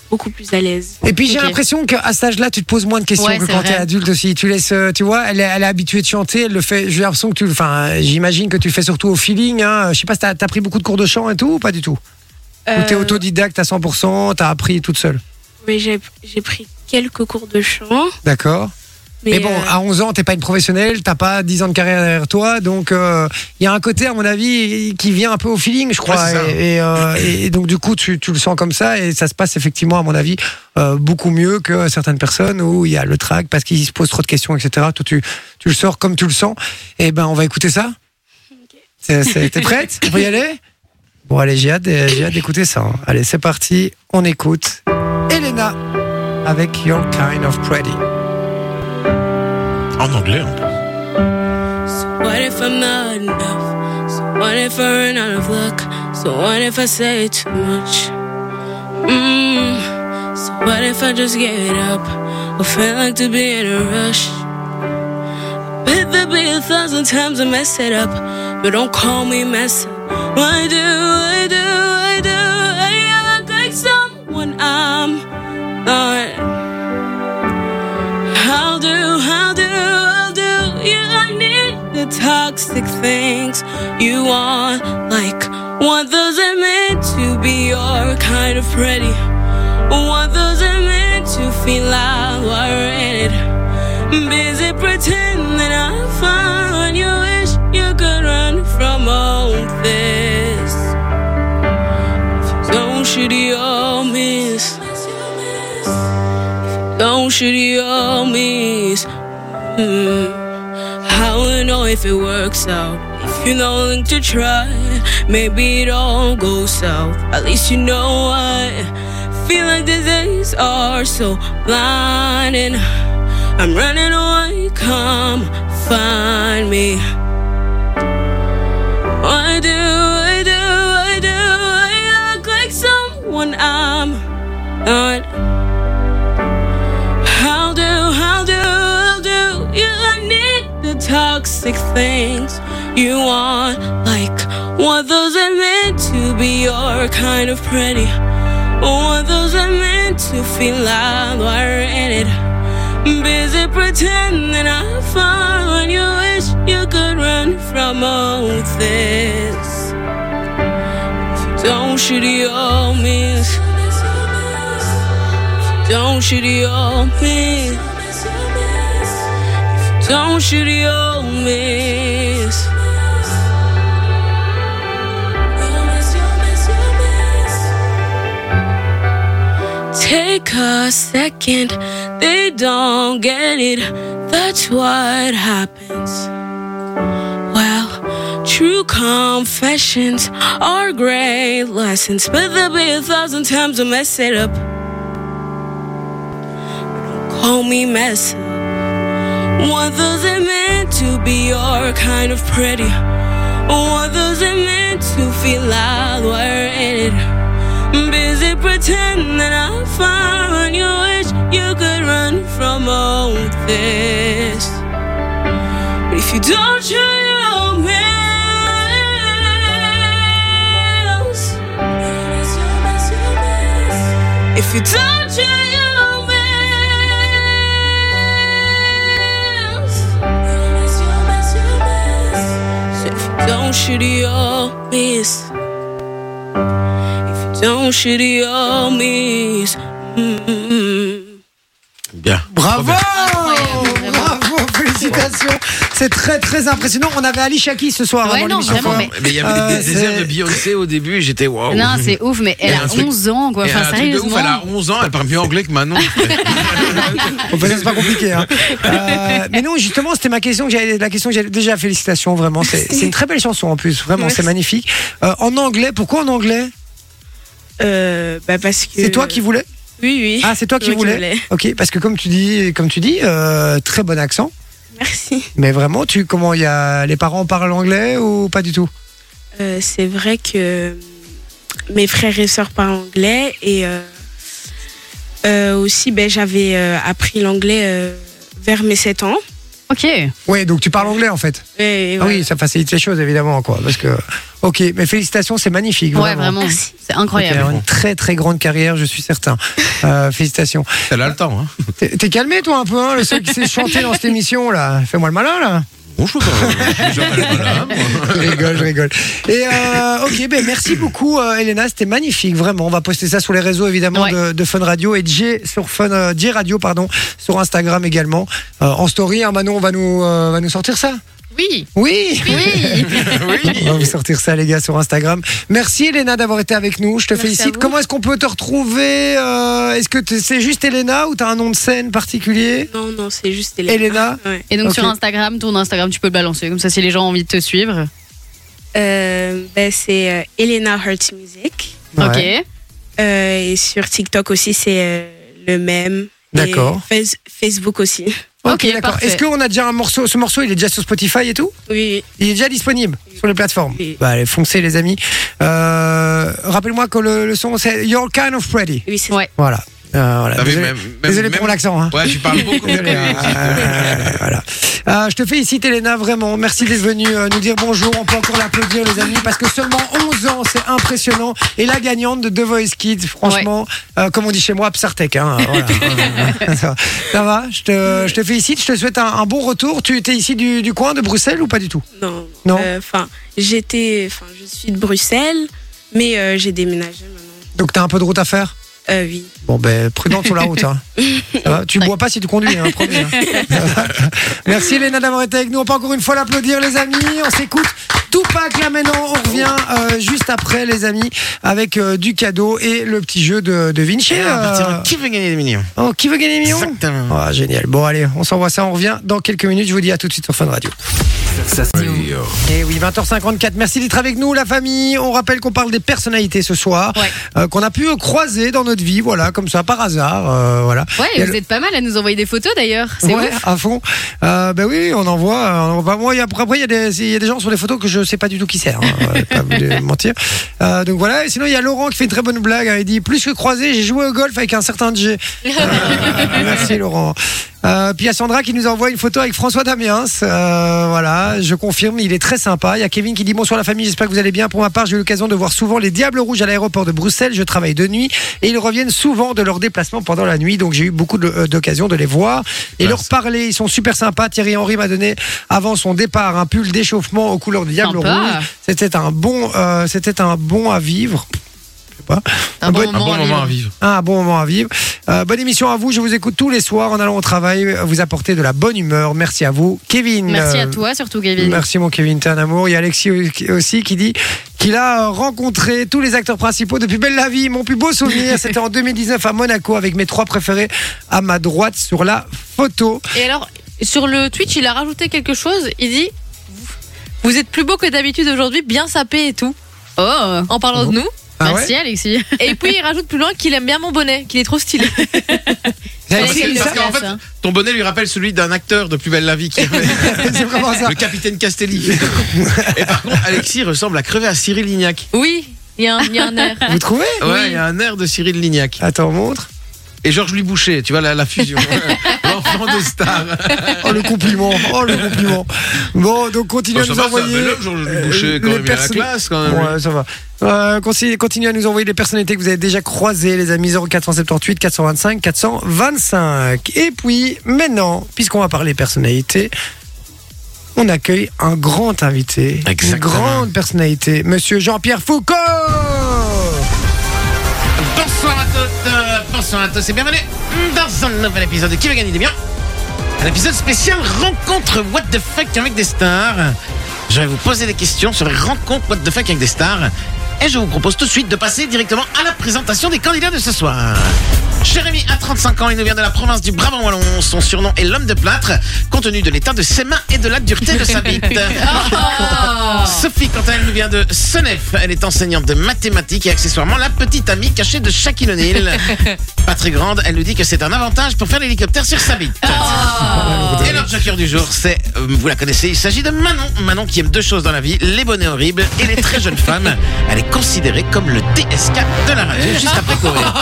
S8: beaucoup plus à l'aise.
S1: Et puis j'ai
S4: Ok.
S1: l'impression qu'à cet âge-là, tu te poses moins de questions
S4: Ouais,
S1: que
S4: c'est
S1: quand
S4: vrai.
S1: t'es adulte aussi. Tu laisses, euh, tu vois, elle est, elle est habituée de chanter, elle le fait. J'ai l'impression que tu, le- enfin, euh, j'imagine que tu le fais surtout au feeling. Hein. Je sais pas, si t'as t'as pris beaucoup de cours de chant et tout ou pas du tout Ou t'es
S8: Euh,
S1: autodidacte à 100%, t'as appris toute seule.
S8: mais j'ai, j'ai pris quelques cours de chant.
S1: D'accord.
S8: Mais,
S1: Mais bon,
S8: euh,
S1: à 11 ans, t'es pas une professionnelle, t'as pas 10 ans de carrière derrière toi, donc euh, il y a un côté, à mon avis, qui vient un peu au feeling, je crois.
S5: Ouais, c'est ça.
S1: et, et, euh, et donc du coup, tu, tu le sens comme ça, et ça se passe effectivement, à mon avis, euh, beaucoup mieux que certaines personnes où il y a le trac parce qu'ils se posent trop de questions, etc. Toi, tu, tu le sors comme tu le sens. Et ben, on va écouter ça. C'est- c'est- T'es prête On peut y aller Bon, allez, j'ai hâte, j'ai hâte d'écouter ça. hein. Allez, c'est parti, on écoute. Elena avec Your Kind of Pretty.
S5: en anglais, en plus.
S8: What if I'm not enough? So what if I run out of luck? So what if I say too much? Mm. So what if I just give it up? I feel like to be in a rush. Bet there be a thousand times I mess it up, but don't call me mess up. Why do I do I do I act like someone I'm not? toxic things you want. Like, one doesn't meant to be your kind of pretty. One doesn't meant to feel outwarded. Busy pretending I'm fine. You wish you could run from all this. Don't shoot your miss. Don't shoot your miss. Mm. I don't know if it works out. If you know willing to try, maybe it all goes south. At least you know I feel like these days are so blind. And I'm running away, come find me. Why do I do I do I act like someone I'm not? How do, how do, how do you need the toxic things you want? Like, what those are meant to be your kind of pretty? What those are meant to feel like we're in it? Busy pretending I'm fine. You wish you could run from all this. Don't shoot your miss. Don't shoot your miss. Don't shoot your miss. Take a second, they don't get it. That's what happens. Well, true confessions are great lessons, but there'll be a thousand times I mess it up. Call me mess. What does it mean to be your kind of pretty? What does it mean to feel like we're in it? Busy pretending I'm fine. You wish you could run from all this. But if you don't, you will miss. If you don't, you will miss. So if you don't shoot, you'll miss. Don't shoot your miss. mm-hmm. Mm-mm.
S5: Bien.
S1: Bravo
S4: Incroyable,
S1: Bravo, félicitations C'est très très impressionnant. On avait Ali Shaki ce soir
S4: Ouais,
S1: avant
S4: non,
S1: l'émission.
S4: vraiment, mais-
S5: Mais il y avait
S1: Euh,
S5: des, des airs
S1: c'est-
S5: de Beyoncé au début et j'étais waouh.
S4: Non, c'est ouf, mais elle
S5: Et un
S4: a
S5: truc-
S4: 11 ans, quoi.
S5: Et elle a
S4: Enfin,
S5: un truc de ouf,
S4: sérieusement.
S5: elle a 11 ans, elle parle mieux anglais que Manon.
S1: On peut dire que c'est pas compliqué. hein. Euh, mais non, justement, c'était ma question que j'avais, la question que j'avais déjà. Félicitations, vraiment. C'est, c'est une très belle chanson en plus, vraiment, c'est magnifique. Euh, en anglais, pourquoi en anglais
S8: Euh, bah parce que.
S1: C'est toi qui voulais
S8: Oui, oui.
S1: Ah, c'est toi qui
S8: Moi qui
S1: voulais.
S8: voulais.
S1: Ok, parce que comme tu dis, comme tu dis, euh, très bon accent.
S8: Merci.
S1: Mais vraiment, tu comment il y a les parents parlent anglais ou pas du tout
S8: Euh, c'est vrai que mes frères et sœurs parlent anglais et euh, euh, aussi ben, j'avais euh, appris l'anglais euh, vers mes 7 ans.
S4: Ok.
S1: Oui, donc tu parles anglais en fait.
S8: Et, et
S1: Ah
S8: voilà.
S1: oui, ça facilite les choses évidemment quoi. Parce que ok, mais félicitations, c'est magnifique.
S4: Ouais, vraiment.
S8: Merci.
S4: C'est incroyable.
S1: Ok, une très très grande carrière, je suis certain. Euh, félicitations.
S5: Elle a le temps. Hein.
S1: T'es t'es calmé toi un peu, hein, le seul qui sait chanter dans cette émission là. Fais-moi le malin là.
S5: Bon, je suis pas- euh, je suis pas là, moi.
S1: Je rigole, je rigole. Et euh, ok, ben merci beaucoup euh, Elena, c'était magnifique vraiment. On va poster ça sur les réseaux évidemment
S4: Ouais.
S1: de, de Fun Radio et de J sur Fun euh, J Radio pardon sur Instagram également Euh, en story. hein, Manon, on va nous euh, va nous sortir ça.
S6: Oui.
S1: Oui.
S4: Oui.
S1: On va vous sortir ça les gars sur Instagram. Merci Elena d'avoir été avec nous. Je te
S8: Merci à
S1: félicite.
S8: vous.
S1: Comment est-ce qu'on peut te retrouver euh, Est-ce que t'es- c'est juste Elena ou t'as un nom de scène particulier
S8: Non, non, c'est juste Hélène.
S1: Elena.
S8: Ouais.
S4: Et donc
S1: Ok.
S4: sur Instagram, ton Instagram, tu peux le balancer. Comme ça, si les gens ont envie de te suivre.
S8: Euh, ben, c'est euh, Elena Heart Music.
S1: Ouais.
S4: Ok.
S8: Euh, et sur TikTok aussi, c'est euh, le même. Et
S1: D'accord.
S8: Face- Facebook aussi.
S1: Ok,
S4: Ok,
S1: d'accord.
S4: parfait.
S1: Est-ce qu'on a déjà un morceau Ce morceau, il est déjà sur Spotify et tout
S8: Oui,
S1: Il est déjà disponible sur les plateformes.
S8: Oui.
S1: Bah, allez, foncez les amis. Euh, Rappelle-moi que le, le son c'est Your Kind of Freddy.
S8: oui, c'est
S4: Ouais.
S1: Voilà. Euh, voilà.
S5: T'as vu,
S1: Désolé,
S5: Ah même- même-
S1: désolé pour
S5: même-
S1: l'accent. Hein.
S5: Ouais, tu parles beaucoup.
S1: Désolé, hein. Euh, voilà. Euh, je te félicite, Elena, vraiment. Merci d'être venue euh, nous dire bonjour. On peut encore l'applaudir, les amis, parce que seulement 11 ans, c'est impressionnant. Et la gagnante de The Voice Kids, franchement, euh, comme on dit chez moi, Psartec. Hein, voilà. ça, va, je te, je te félicite. Je te souhaite un, un bon retour. Tu étais ici du, du coin de Bruxelles ou pas du tout
S8: Non.
S1: Non.
S8: Euh, Enfin, j'étais. Enfin, je suis de Bruxelles, mais euh, j'ai déménagé maintenant.
S1: Donc, tu as un peu de route à faire
S8: Euh, oui.
S1: Bon, ben, prudente sur la route. Hein. Ça va tu bois pas si tu conduis, hein, promis, hein. Ça va Merci, Léna, d'avoir été avec nous. On peut encore une fois l'applaudir, les amis. On s'écoute. Tout pas là maintenant. On revient euh, juste après, les amis, avec euh, du cadeau et le petit jeu de, de
S5: Eh,
S1: Vinci. euh.
S5: Qui veut gagner des millions
S1: Oh, qui veut gagner million
S5: Exactement.
S1: Ah, Génial. Bon, allez, on s'envoie ça. On revient dans quelques minutes. Je vous dis à tout de suite sur Fun Radio.
S3: Ça, c'est-
S5: oh.
S1: Et oui, 20h54. Merci d'être avec nous, la famille. On rappelle qu'on parle des personnalités ce soir, euh, qu'on a pu euh, croiser dans notre vie, voilà, comme ça, par hasard, euh, voilà.
S4: Ouais,
S1: Il y a
S4: vous
S1: le-
S4: êtes pas mal à nous envoyer des photos d'ailleurs. C'est
S1: Ouais,
S4: ouf.
S1: à fond. Euh, ben oui, on en voit. euh, on en voit. moi, il y a- après, il y, a des- il y a des gens sur les photos que je sais pas du tout qui c'est. hein, euh, pas vous les mentir. Euh, donc voilà. Et sinon, il y a Laurent qui fait une très bonne blague. hein, il dit plus que croisé, j'ai joué au golf avec un certain DJ. Euh, merci Laurent. Euh, puis il y a Sandra qui nous envoie une photo avec François Damiens. Euh, voilà, je confirme, il est très sympa. Il y a Kevin qui dit bonsoir la famille, j'espère que vous allez bien. Pour ma part, j'ai eu l'occasion de voir souvent les Diables Rouges à l'aéroport de Bruxelles. Je travaille de nuit et ils reviennent souvent de leur déplacement pendant la nuit. Donc j'ai eu beaucoup de- euh, d'occasions de les voir et leur parler. Ils sont super sympas. Thierry Henry m'a donné avant son départ un pull d'échauffement aux couleurs des Diables
S4: Sympa.
S1: Rouges. C'était un bon, euh, c'était un bon à vivre. Je sais pas.
S4: Un bon
S1: bon-
S5: Un
S4: moment,
S5: bon
S4: à vivre.
S5: moment à vivre.
S1: un bon moment à vivre. Euh, bonne émission à vous. Je vous écoute tous les soirs en allant au travail. Vous apportez de la bonne humeur. Merci à vous, Kevin.
S4: Merci à
S1: Euh,
S4: toi surtout, Kevin.
S1: Merci mon Kevin, t'es un amour. Il y a Alexis au- aussi qui dit qu'il a euh, rencontré tous les acteurs principaux depuis Belle la Vie. Mon plus beau souvenir, c'était en 2019 à Monaco avec mes trois préférés à ma droite sur la photo.
S6: Et alors, sur le Twitch, il a rajouté quelque chose. Il dit Vous êtes plus beau que d'habitude aujourd'hui, bien sapé et tout,
S4: Oh,
S6: en parlant
S1: Ah bon
S6: de nous.
S1: Ah
S4: merci Alexis.
S6: Et puis, il rajoute plus loin qu'il aime bien mon bonnet, qu'il est trop stylé.
S1: ouais
S5: Parce
S4: Alexis,
S5: que- parce
S4: ça,
S5: qu'en fait,
S6: hein.
S4: ça.
S5: ton bonnet lui rappelle celui d'un acteur de Plus belle la vie, qui avait-
S1: C'est vraiment ça.
S5: le capitaine Castelli. Et par contre, Alexis ressemble à crever à Cyril Lignac.
S6: Oui, il y, a un- il y a un air.
S1: Vous trouvez
S5: Ouais, il y a un air de Cyril Lignac.
S1: Attends, montre.
S5: Et Georges lui Boucher, tu vois la, la fusion. L'enfant de star.
S1: Oh le compliment, oh le compliment. Bon, donc continuez à
S5: ça
S1: nous
S5: va, c'est un
S1: envoyer.
S5: bel homme, Georges
S1: euh,
S5: Boucher, quand
S1: les
S5: même, il a la
S1: perso-
S5: classe, quand même, lui.
S1: Ouais, ça va. Euh, consi- continuez à nous envoyer les personnalités que vous avez déjà croisées, les amis 0478 425 425. Et puis maintenant, puisqu'on va parler personnalités, on accueille un grand invité,
S5: Exactement.
S1: une grande personnalité, Monsieur Jean-Pierre Foucault.
S5: Bonsoir à toutes, euh, bonsoir à tous et bienvenue dans un nouvel épisode de Qui va gagner des biens Un épisode spécial rencontre What the fuck avec des stars. Je vais vous poser des questions sur les rencontres What the fuck avec des stars et je vous propose tout de suite de passer directement à la présentation des candidats de ce soir. Jérémy a 35 ans, il nous vient de la province du Brabant Wallon. Son surnom est l'homme de plâtre, compte tenu de l'état de ses mains et de la dureté de sa bite.
S6: Ah.
S5: Sophie, quant à elle, nous vient de Senef. Elle est enseignante de mathématiques et accessoirement la petite amie cachée de Shaquille O'Neal. Pas très grande, elle nous dit que c'est un avantage pour faire l'hélicoptère sur sa bite. Et notre joker du jour, c'est, euh, vous la connaissez, il s'agit de Manon. Manon qui aime deux choses dans la vie, les bonnets horribles et les très jeunes femmes. Elle est considérée comme le TSK de la radio, juste après courir.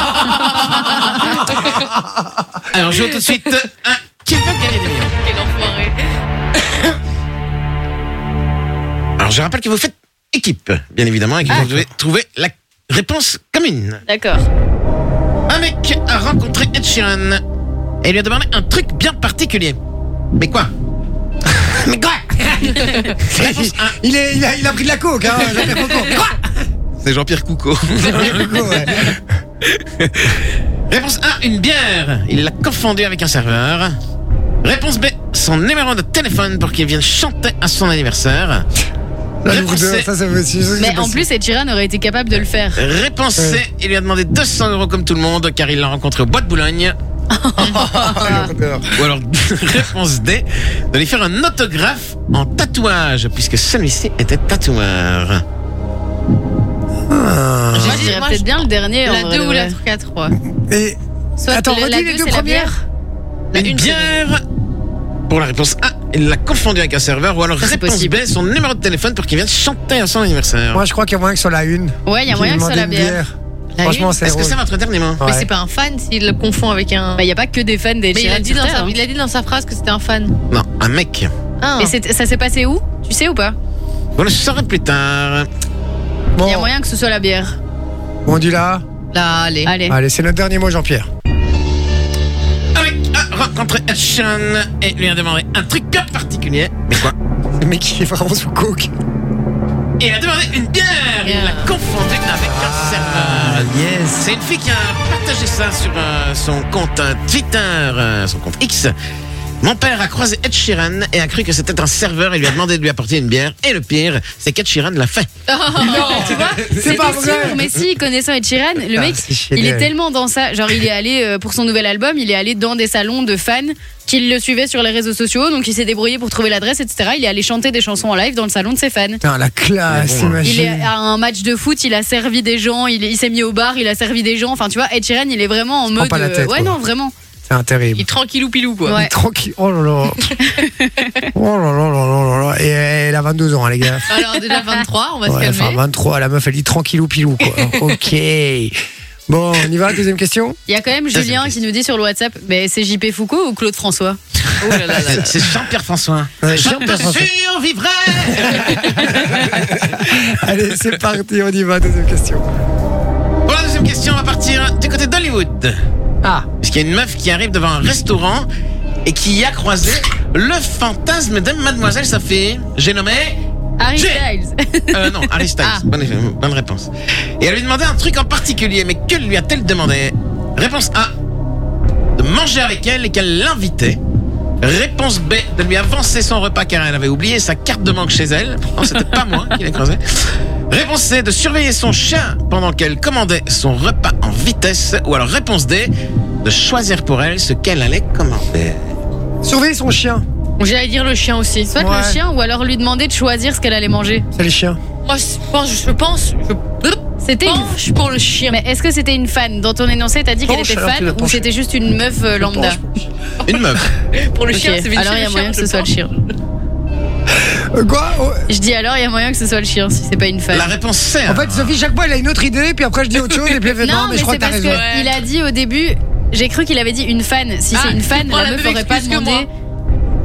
S5: Alors, jouons tout de suite euh, un qui veut gagner des millions. Alors, je rappelle que vous faites équipe, bien évidemment, et que vous devez trouver la réponse commune.
S4: D'accord.
S5: Un mec a rencontré Ed Sheeran et lui a demandé un truc bien particulier. Mais quoi Mais quoi Réponse un.
S1: Il, est, il, a, il a pris de la coke, hein, Jean-Pierre Foucault.
S5: C'est Jean-Pierre Coucou.
S1: Jean-Pierre Foucault, ouais.
S5: Réponse A, une bière. Il l'a confondue avec un serveur. Réponse B, son numéro de téléphone pour qu'il vienne chanter à son anniversaire.
S1: Là, je vous
S5: Réponse
S1: donne-
S5: C,
S1: ça, ça me- c'est- c'est
S4: Mais en
S1: possible.
S4: plus, Ed Sheeran aurait été capable de le faire.
S5: réponse C, il lui a demandé 200 euros comme tout le monde car il l'a rencontré au bois de Boulogne. Ou alors, réponse D, de lui faire un autographe en tatouage puisque celui-ci était tatoueur.
S4: Bah, Moi,
S6: J'ai
S4: je
S6: dit,
S4: dirais
S6: moi,
S4: peut-être
S6: je-
S4: bien le dernier. en
S6: La
S4: vrai
S6: 2
S4: de
S6: ou la
S4: vrai.
S6: 3
S1: Et
S6: Soit
S1: Attends,
S6: la- la
S1: redis les
S6: deux,
S1: deux
S6: c'est la
S1: premières.
S6: bière. La
S5: Une
S6: une,
S5: bière pour la réponse A, il l'a confondu avec un serveur. Ou alors,
S4: Ça, c'est
S5: réponse
S4: possible.
S5: B, son numéro de téléphone pour qu'il vienne chanter à son anniversaire.
S1: Moi, je crois qu'il y a moyen que ce soit la une.
S4: Ouais, il y a moyen que ce soit la
S1: Demandez une
S4: bière.
S6: Ah oui.
S1: Franchement, c'est
S5: Est-ce que
S1: drôle. Ah.
S5: c'est votre dernier mot
S1: Ouais.
S6: Mais c'est pas un fan s'il le confond avec un.
S4: Bah, il n'y a pas que des fans des
S6: mais il a,
S4: Chirac
S6: dit
S4: sur
S6: dans
S4: Terre,
S6: sa,
S4: hein.
S6: il a dit dans sa phrase que c'était un fan.
S5: Non, un mec.
S6: Ah.
S4: Et c'est- ça s'est passé où Tu sais ou pas
S5: Vous le saurez plus tard.
S4: Il y a
S1: Bon,
S4: moyen que ce soit la bière.
S1: on dit là.
S6: Là, allez.
S4: Allez.
S1: Allez, c'est notre dernier mot, Jean-Pierre.
S5: Avec a rencontré Sean et lui a demandé un truc particulier. Mais quoi
S1: Le mec, il est vraiment sous coke.
S5: Et il a demandé une bière. Il l'a confondue avec un serveur.
S1: Ah, yes.
S5: C'est une fille qui a partagé ça sur euh, son compte euh, Twitter, euh, son compte X. Mon père a croisé Ed Sheeran et a cru que c'était un serveur et lui a demandé de lui apporter une bière. Et le pire, c'est qu'Ed Sheeran l'a fait.
S4: tu vois
S1: C'est pas
S4: sûr,
S1: vrai.
S4: mais si, connaissant Ed Sheeran, le
S1: Ah,
S4: mec,
S1: c'est
S4: il
S1: génial.
S4: est tellement dans ça. Genre, il est allé, euh, pour son nouvel album, il est allé dans des salons de fans qui le suivaient sur les réseaux sociaux, donc il s'est débrouillé pour trouver l'adresse, etc. Il est allé chanter des chansons en live dans le salon de ses fans.
S1: Putain, la classe,
S5: Mais bon, hein.
S4: Il est
S1: imagine.
S4: à un match de foot, il a servi des gens, il, est- il s'est mis au bar, il a servi des gens. Enfin, tu vois, Ed Sheeran, il est vraiment en mode.
S1: pas la
S4: euh,
S1: tête,
S4: ouais,
S1: quoi.
S4: non, vraiment.
S1: C'est un terrible.
S6: Il tranquillou pilou quoi.
S4: Ouais.
S1: Tranquille. Oh là là. oh là là là là là là. Et elle a 22 ans, hein, les gars.
S6: Alors déjà 23, on va
S1: Ouais,
S6: se
S1: enfin,
S6: calmer.
S1: 23, la meuf, elle dit tranquillou pilou, quoi. ok. Bon, on y va, deuxième question
S4: Il y a quand même
S5: Ça, c'est
S4: Julien
S5: triste.
S4: qui nous dit sur le WhatsApp mais c'est JP Foucault ou Claude François
S6: Oh là là là.
S5: C'est- C'est Jean-Pierre François.
S1: Ouais,
S5: Je
S1: Jean-Pierre
S5: te
S1: François.
S5: survivrai
S1: Allez, c'est parti, on y va, deuxième question.
S5: Pour la deuxième question, on va partir du côté d'Hollywood.
S1: Ah,
S5: Parce qu'il y a une meuf qui arrive devant un restaurant et qui y a croisé le fantasme de mademoiselle sa fille. J'ai nommé...
S4: Harry
S5: J'ai-
S4: Styles.
S5: Euh, non, Harry Styles.
S4: Ah.
S5: Bonne, bonne réponse. Et elle lui demandait un truc en particulier, mais que lui a-t-elle demandé Réponse A, de manger avec elle et qu'elle l'invitait. Réponse B, de lui avancer son repas car elle avait oublié sa carte de manque chez elle. Non, c'était pas moi qui l'ai creusé. Réponse C, de surveiller son chien pendant qu'elle commandait son repas en vitesse. Ou alors réponse D, de choisir pour elle ce qu'elle allait commander.
S1: surveiller son chien.
S6: J'allais dire le chien aussi.
S4: Soit
S1: Ouais.
S4: le chien ou alors lui demander de choisir ce qu'elle allait manger.
S1: C'est les chiens.
S6: Moi je pense, je pense, je
S4: C'était une
S6: penche pour le chien.
S4: Mais est-ce que c'était une fan Dans ton énoncé, t'as dit qu'elle
S1: Penche,
S4: était
S1: alors tu
S4: fan
S1: l'as
S4: ou
S1: penché.
S4: c'était juste une meuf euh, lambda
S5: Une meuf.
S6: pour le
S4: Ok,
S6: chien, c'est Vinci
S4: Alors il y a
S6: le
S4: moyen
S6: chien,
S4: que
S6: je
S4: ce soit le
S6: pense.
S4: chien.
S1: Euh, quoi Oh,
S4: Je dis alors il y a moyen que ce soit le chien si c'est pas une fan.
S5: La réponse C. hein.
S1: En fait, Sophie, chaque fois, elle a une autre idée, puis après, je dis autre chose, et puis elle fait, non, mais je crois
S4: c'est
S1: que t'as
S4: parce
S1: raison.
S4: que il a dit au début. J'ai cru qu'il avait dit une fan. Si
S6: Ah,
S4: c'est une
S6: tu
S4: fan,
S6: prends
S4: la
S6: la
S4: meuf
S6: même
S4: aurait pas
S6: excuse que
S4: demandé.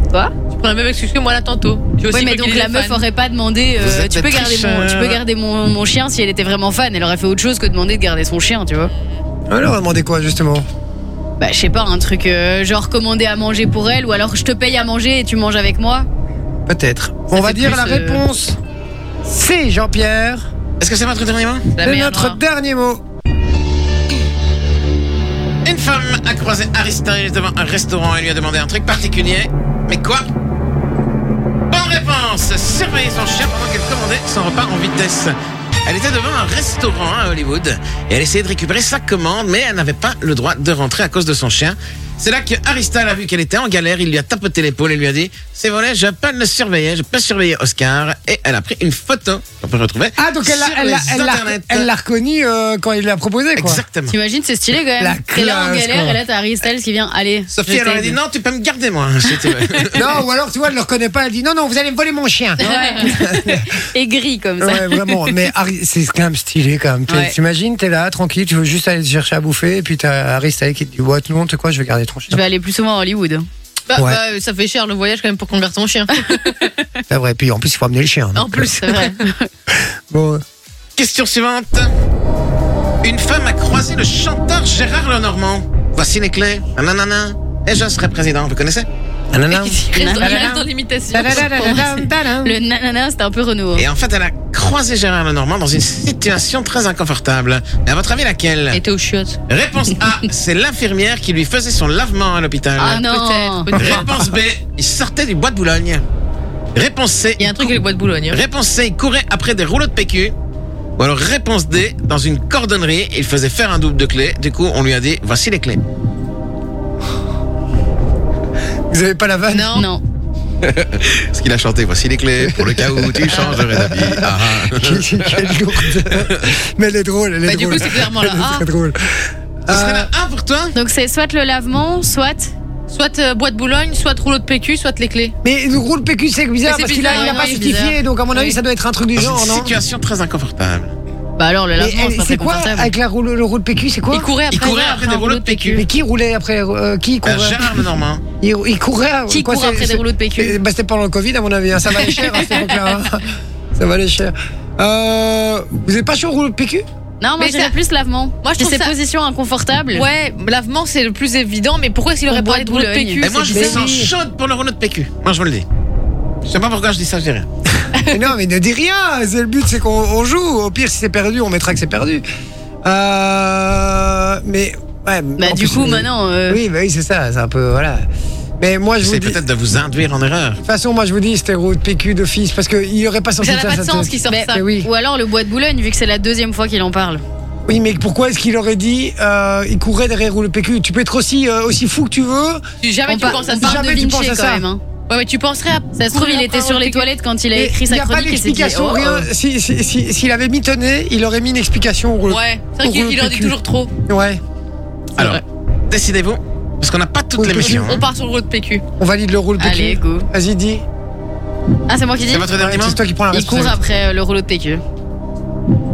S6: Tu prends la même excuse que moi là tantôt. Tu
S4: Oui, mais donc la meuf aurait pas demandé. euh,
S5: Vous êtes
S4: tu, peux
S5: des
S4: garder mon, tu peux
S5: tricheurs.
S4: garder mon, mon chien si elle était vraiment fan. Elle aurait fait autre chose que demander de garder son chien, tu vois.
S1: Alors, on va demander quoi, justement
S4: Bah, je sais pas, un truc euh, genre commander à manger pour elle ou alors je te paye à manger et tu manges avec moi.
S1: Peut-être. On va
S4: fait
S1: dire
S4: plus,
S1: la
S4: euh,
S1: réponse. C'est Jean-Pierre.
S5: Est-ce que c'est votre dernier mot
S1: C'est notre dernier mot.
S5: Une femme a croisé Harry Styles devant un restaurant et lui a demandé un truc particulier. Mais quoi Bonne réponse Surveiller son chien pendant qu'elle commandait son repas en vitesse. Elle était devant un restaurant à Hollywood et elle essayait de récupérer sa commande, mais elle n'avait pas le droit de rentrer à cause de son chien. C'est là que Harry Styles a vu qu'elle était en galère, il lui a tapoté l'épaule et lui a dit C'est volé, je peux le surveiller, je peux surveiller Oscar. Et elle a pris une photo qu'on peut retrouver.
S1: Ah, donc elle l'a-
S5: sur
S1: elle
S5: les
S1: l'a- elle l'a
S5: internets.
S1: elle l'a reconnu euh, quand il l'a proposé, quoi.
S5: Exactement.
S4: T'imagines, c'est stylé quand même.
S1: La
S4: T'es là en
S1: classe,
S4: galère
S1: quoi.
S4: et là t'as Harry Styles qui vient. Allez.
S5: Sophie,
S4: je
S5: elle aurait
S4: t'aide.
S5: dit Non, tu peux me garder, moi. C'était-
S1: Non, ou alors, tu vois, elle ne le reconnaît pas, elle dit non, non, vous allez me voler mon chien.
S4: Ouais. Aigri comme ça.
S1: Ouais, vraiment. Mais Harry- c'est quand même stylé, quand même. T'es-
S4: Ouais.
S1: T'imagines, t'es là, tranquille, tu veux juste aller te chercher à bouffer, et puis t'as Harry Styles qui te dit, ouais, non, tu sais quoi, je vais garder ton
S4: Je
S1: chien.
S4: vais aller plus souvent à Hollywood.
S6: Bah,
S1: Ouais.
S6: bah, ça fait cher le voyage quand même pour qu'on garde son chien.
S1: C'est vrai. Puis en plus, il faut amener le chien.
S6: en
S1: donc,
S6: plus, c'est vrai.
S1: Bon, euh,
S5: Question suivante. Une femme a croisé le chanteur Gérard Lenormand. Voici les clés. Nanana. Et je serai président, vous connaissez
S1: ah, non, non.
S6: Il reste, il reste dans l'imitation.
S4: Le nanana, c'était un peu hein. Renault.
S5: Et en fait, elle a croisé Gérard Lenormand dans une situation très inconfortable. Mais à votre avis, laquelle
S6: était aux chiottes.
S5: Réponse A, c'est l'infirmière qui lui faisait son lavement à l'hôpital.
S4: Ah non.
S6: Peut-être. peut-être.
S5: Réponse B, il sortait du bois de Boulogne. Réponse C,
S6: Il y a un truc avec le bois de Boulogne. hein.
S5: Réponse C, il courait après des rouleaux de PQ. Ou alors réponse D, dans une cordonnerie, il faisait faire un double de clés. Du coup, on lui a dit, voici les clés.
S1: Vous avez pas la vanne
S6: Non.
S4: Non.
S5: Ce qu'il a chanté, voici les clés, pour le cas où tu changerais d'avis. Ah, ah.
S1: Quelle quelle lourde. Mais elle est drôle, elle est
S6: Bah, du
S1: drôle.
S6: coup, c'est clairement la
S1: Elle est
S6: A.
S1: très drôle. Euh,
S5: Ce serait la 1 pour toi
S4: Donc c'est soit le lavement, soit.
S6: Soit euh, bois de Boulogne, soit rouleau de PQ, soit les clés.
S1: Mais le rôle PQ, c'est bizarre
S6: Mais c'est
S1: parce qu'il a-
S6: bizarre,
S1: il a
S6: ouais,
S1: pas
S6: c'est
S1: justifié,
S6: bizarre.
S1: donc à mon avis,
S5: Ah,
S6: Oui.
S1: ça doit être un truc du
S5: Dans
S1: genre,
S5: une
S1: non
S5: situation très inconfortable.
S4: Bah alors, le
S1: Mais
S4: lavement,
S1: elle-
S4: c'est pas
S1: c'est
S4: très
S1: quoi
S4: confortable.
S1: avec la roule- le rouleau de PQ C'est quoi
S6: Il courait après,
S5: Il courait
S6: ouais,
S5: après
S6: un
S5: des rouleaux de PQ.
S1: Mais qui roulait après euh, Qui courait
S5: Euh, Gérard Lenormand.
S1: il, il courait.
S4: Qui
S1: quoi,
S4: court
S1: c'est-
S4: après des
S1: c'est-
S4: rouleaux de PQ
S1: Eh ben, C'était pendant le Covid, à mon avis. hein. Ça valait cher à cette époque-là. hein. Ça valait cher. Euh, vous n'êtes pas chaud au rouleau de PQ
S4: Non, moi
S6: Mais
S4: je dirais
S6: ça-
S4: plus lavement.
S6: Moi, je
S4: C'est
S6: trouve
S4: ces
S6: ça-
S4: positions inconfortables.
S6: Ouais, lavement c'est le plus évident, mais pourquoi est-ce qu'il
S4: On
S6: aurait
S4: boit
S6: parlé
S4: de
S6: de rouleau de
S4: Boulogne.
S6: PQ
S5: Et moi, je me
S1: c'est
S5: sens
S1: délire.
S5: chaude pour le rouleau de PQ. Moi, je vous le dis. Je sais pas pourquoi je dis ça, je dis rien.
S1: Mais Non, mais ne dis rien. C'est le but, c'est qu'on on joue. Au pire, si c'est perdu, on mettra que c'est perdu. Euh, mais ouais.
S4: Bah
S1: en
S4: du
S1: plus,
S4: coup,
S1: mais-
S4: maintenant. euh,
S1: Oui, bah oui, c'est ça. C'est un peu voilà. Mais moi, je vous
S5: J'essaie
S1: dis. De
S5: peut-être de vous induire en erreur.
S1: toute façon, moi, je vous dis, c'était roue de PQ d'office parce qu'il n'y aurait pas sorti
S6: Ça
S1: de
S6: n'a
S1: ça.
S6: pas de
S1: ça
S6: sens
S1: te-
S6: qu'il sorte
S1: Mais
S6: ça.
S1: oui.
S4: Ou alors le bois de Boulogne, vu que c'est la deuxième fois qu'il en parle.
S1: Oui, mais pourquoi est-ce qu'il aurait dit euh, il courait derrière le PQ Tu peux être aussi euh, aussi fou que tu veux.
S6: Tu- Jamais
S4: On
S6: tu
S4: par-
S6: penses à
S4: on
S6: ça.
S4: parle
S1: Jamais
S4: de
S1: tu
S4: Vinci
S1: penses à
S4: quand
S1: ça.
S4: même. hein.
S6: Ouais, mais tu penserais à.
S4: Ça se trouve, il était sur les toilettes
S6: toilettes.
S4: quand il a
S1: Et
S4: écrit
S1: Il n'y
S4: sa
S1: a pas
S4: chronique et s'est dit.
S1: d'explication.
S4: oh, oh.
S1: rien. Si- si- si- S'il avait mitonné, il aurait mis une explication au rouleau.
S6: Ouais, c'est vrai
S1: Rouleau
S6: qu'il
S1: de
S6: il en dit
S1: PQ.
S6: toujours trop.
S1: Ouais.
S5: Alors, décidez-vous, parce qu'on n'a pas toute
S1: Oui,
S5: l'émission.
S1: parce
S5: hein.
S6: On part sur le rouleau de PQ.
S1: On valide le rouleau de
S4: Allez,
S1: PQ.
S4: go.
S1: Vas-y, dis.
S4: Ah, c'est moi qui dis
S5: C'est votre dernier
S1: Ouais,
S5: mot
S1: C'est toi qui prends la
S4: Il court
S1: responsabilité.
S4: après euh, le rouleau de PQ.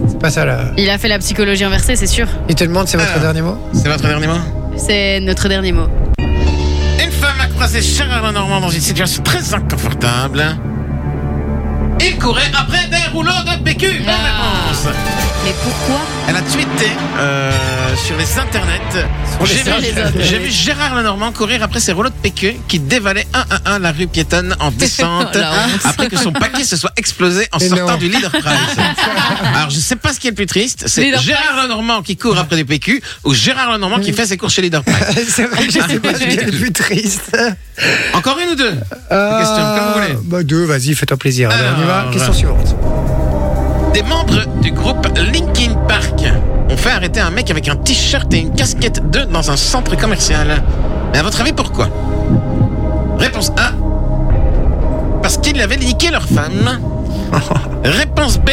S1: C'est pas ça là.
S4: Il a fait la psychologie inversée, c'est sûr.
S1: Il te demande, c'est votre
S5: Ah.
S1: dernier mot
S5: C'est votre dernier mot
S4: C'est notre dernier mot.
S5: Une femme a croisé Gérard Lenormand dans une situation très inconfortable. Il courait après des rouleaux de PQ. Bonne
S6: Ah.
S5: réponse.
S4: Mais pourquoi
S5: Elle a tweeté euh, sur les internets.
S1: les
S5: J'ai
S1: sites.
S5: vu, j'ai vu Gérard Lenormand courir après ses rouleaux de PQ qui dévalaient un à un la rue piétonne en descente
S6: La honte.
S5: après que son paquet se soit explosé en
S1: Mais
S5: sortant
S1: non.
S5: du leader prize. Alors je sais pas ce qui est le plus triste, c'est
S6: Leader
S5: Gérard Lenormand qui court après des PQ ou Gérard Lenormand qui fait ses courses chez leader prize.
S1: C'est vrai que je sais pas ce qui est le plus triste.
S5: Encore une ou deux
S1: Euh,
S5: question, comme vous voulez.
S1: Bah, deux, vas-y, fais-toi plaisir. Allez, on y va.
S5: Alors,
S1: Question
S5: ouais.
S1: suivante.
S5: Des membres du groupe Linkin Park ont fait arrêter un mec avec un t-shirt et une casquette 2 dans un centre commercial. Mais à votre avis, pourquoi Réponse A. Parce qu'ils avaient niqué leur femme. Réponse B.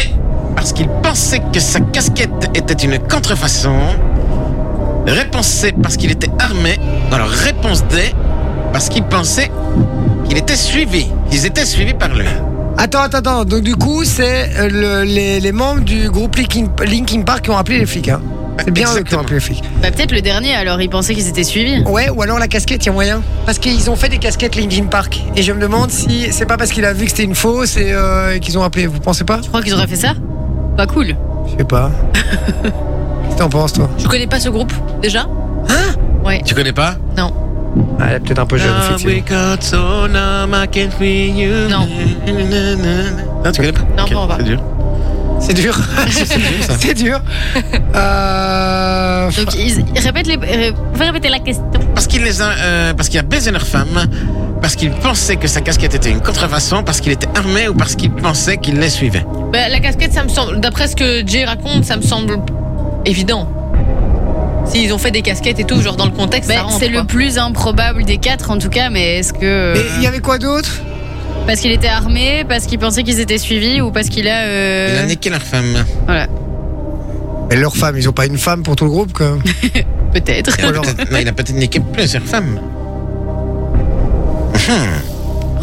S5: Parce qu'ils pensaient que sa casquette était une contrefaçon. Réponse C. Parce qu'il était armé. Alors réponse D. Parce qu'ils pensaient qu'il était suivi. Ils étaient suivis par lui.
S1: Attends, attends, attends. Donc, du coup, c'est euh, le- les, les membres du groupe Linkin, Linkin Park qui ont appelé les flics. Hein. C'est bien eux qui ont
S5: Exactement.
S1: appelé les flics.
S4: Bah peut-être le dernier, alors il pensait qu'ils étaient suivis.
S1: Ouais, ou alors la casquette, il y a moyen. Parce qu'ils ont fait des casquettes Linkin Park. Et je me demande si c'est pas parce qu'il a vu que c'était une fausse et, euh, et qu'ils ont appelé. Vous pensez pas
S4: Je crois qu'ils auraient fait ça.
S6: Bah,
S4: Pas cool.
S1: Je sais pas. Qu'est-ce que t'en penses, toi
S6: Je connais pas ce groupe, déjà.
S5: Tu connais pas
S1: ah, Elle est peut-être un peu jeune, effectivement.
S6: Non.
S5: Non, tu connais pas
S6: Non,
S5: Ok,
S6: bon, on va.
S5: C'est dur.
S1: C'est dur.
S5: C'est dur, ça.
S1: c'est dur. Euh...
S4: Donc ils ils répètent les. ré- Fais répéter la question.
S5: Parce qu'il les a, euh, parce qu'il a baisé leur femme, parce qu'il pensait que sa casquette était une contrefaçon, parce qu'il était armé ou parce qu'il pensait qu'il les suivait.
S6: Bah, la casquette, ça me semble. D'après ce que Jay raconte, ça me semble évident. S'ils ont fait des casquettes et tout, genre dans le contexte,
S4: Bah,
S6: ça rentre,
S4: c'est le
S6: quoi.
S4: plus improbable des quatre en tout cas, mais est-ce que. euh,
S1: Et il y avait quoi d'autre
S4: Parce qu'il était armé, parce qu'il pensait qu'ils étaient suivis ou parce qu'il a. euh,
S5: Il a niqué leur femme.
S4: Voilà.
S1: Mais leur femme, ils ont pas une femme pour tout le groupe, quoi.
S4: Peut-être.
S5: Il a
S1: alors-
S5: peut-être- non, il a peut-être niqué plusieurs femmes.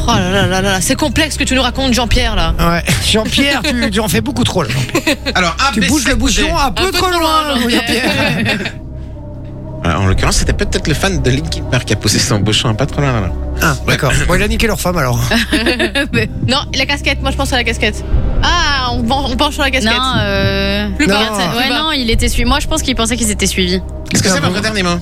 S6: Oh là là là là, c'est complexe ce que tu nous racontes, Jean-Pierre, là.
S1: Ouais. Jean-Pierre, tu, tu en fais beaucoup trop, là.
S5: Alors, A,
S1: Tu
S5: B,
S1: bouges
S5: C,
S1: le
S5: ou D.
S1: bouchon un peu, trop loin,
S6: Jean-Pierre.
S1: Jean-Pierre.
S5: Euh, En l'occurrence, c'était peut-être le fan de Linkin Park qui a poussé son bouchon pas trop loin. là.
S1: Ah, d'accord. Bon, il a niqué leur femme, alors.
S6: Non, la casquette, moi je pense à la casquette. Ah, on, pen- on penche sur la casquette.
S4: Non, euh...
S6: Plus
S1: Non.
S6: bas, ça,
S4: Ouais,
S6: plus bas.
S4: non, il était suivi. Moi, je pense qu'il pensait qu'ils étaient suivis.
S5: Est-ce que
S1: Ah
S5: c'est
S1: bon
S5: votre dernier mot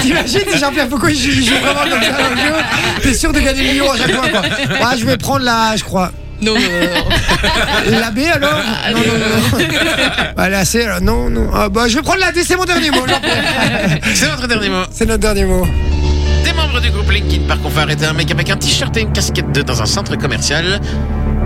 S1: T'imagines, Jean-Pierre Foucault, il joue il joue vraiment comme ça dans le jeu. T'es sûr de gagner le million à chaque fois, quoi. Ouais, je vais prendre la, je crois.
S6: Non, non, non, non.
S1: La B, alors Non, non, non. Ah, la C, alors Non, non. Ah, bah, je vais prendre la D, c'est mon dernier mot, Jean-Pierre.
S5: C'est votre dernier mot.
S1: C'est notre dernier mot.
S5: Des membres du groupe Linkin Park ont fait arrêter un mec avec un t-shirt et une casquette 2 dans un centre commercial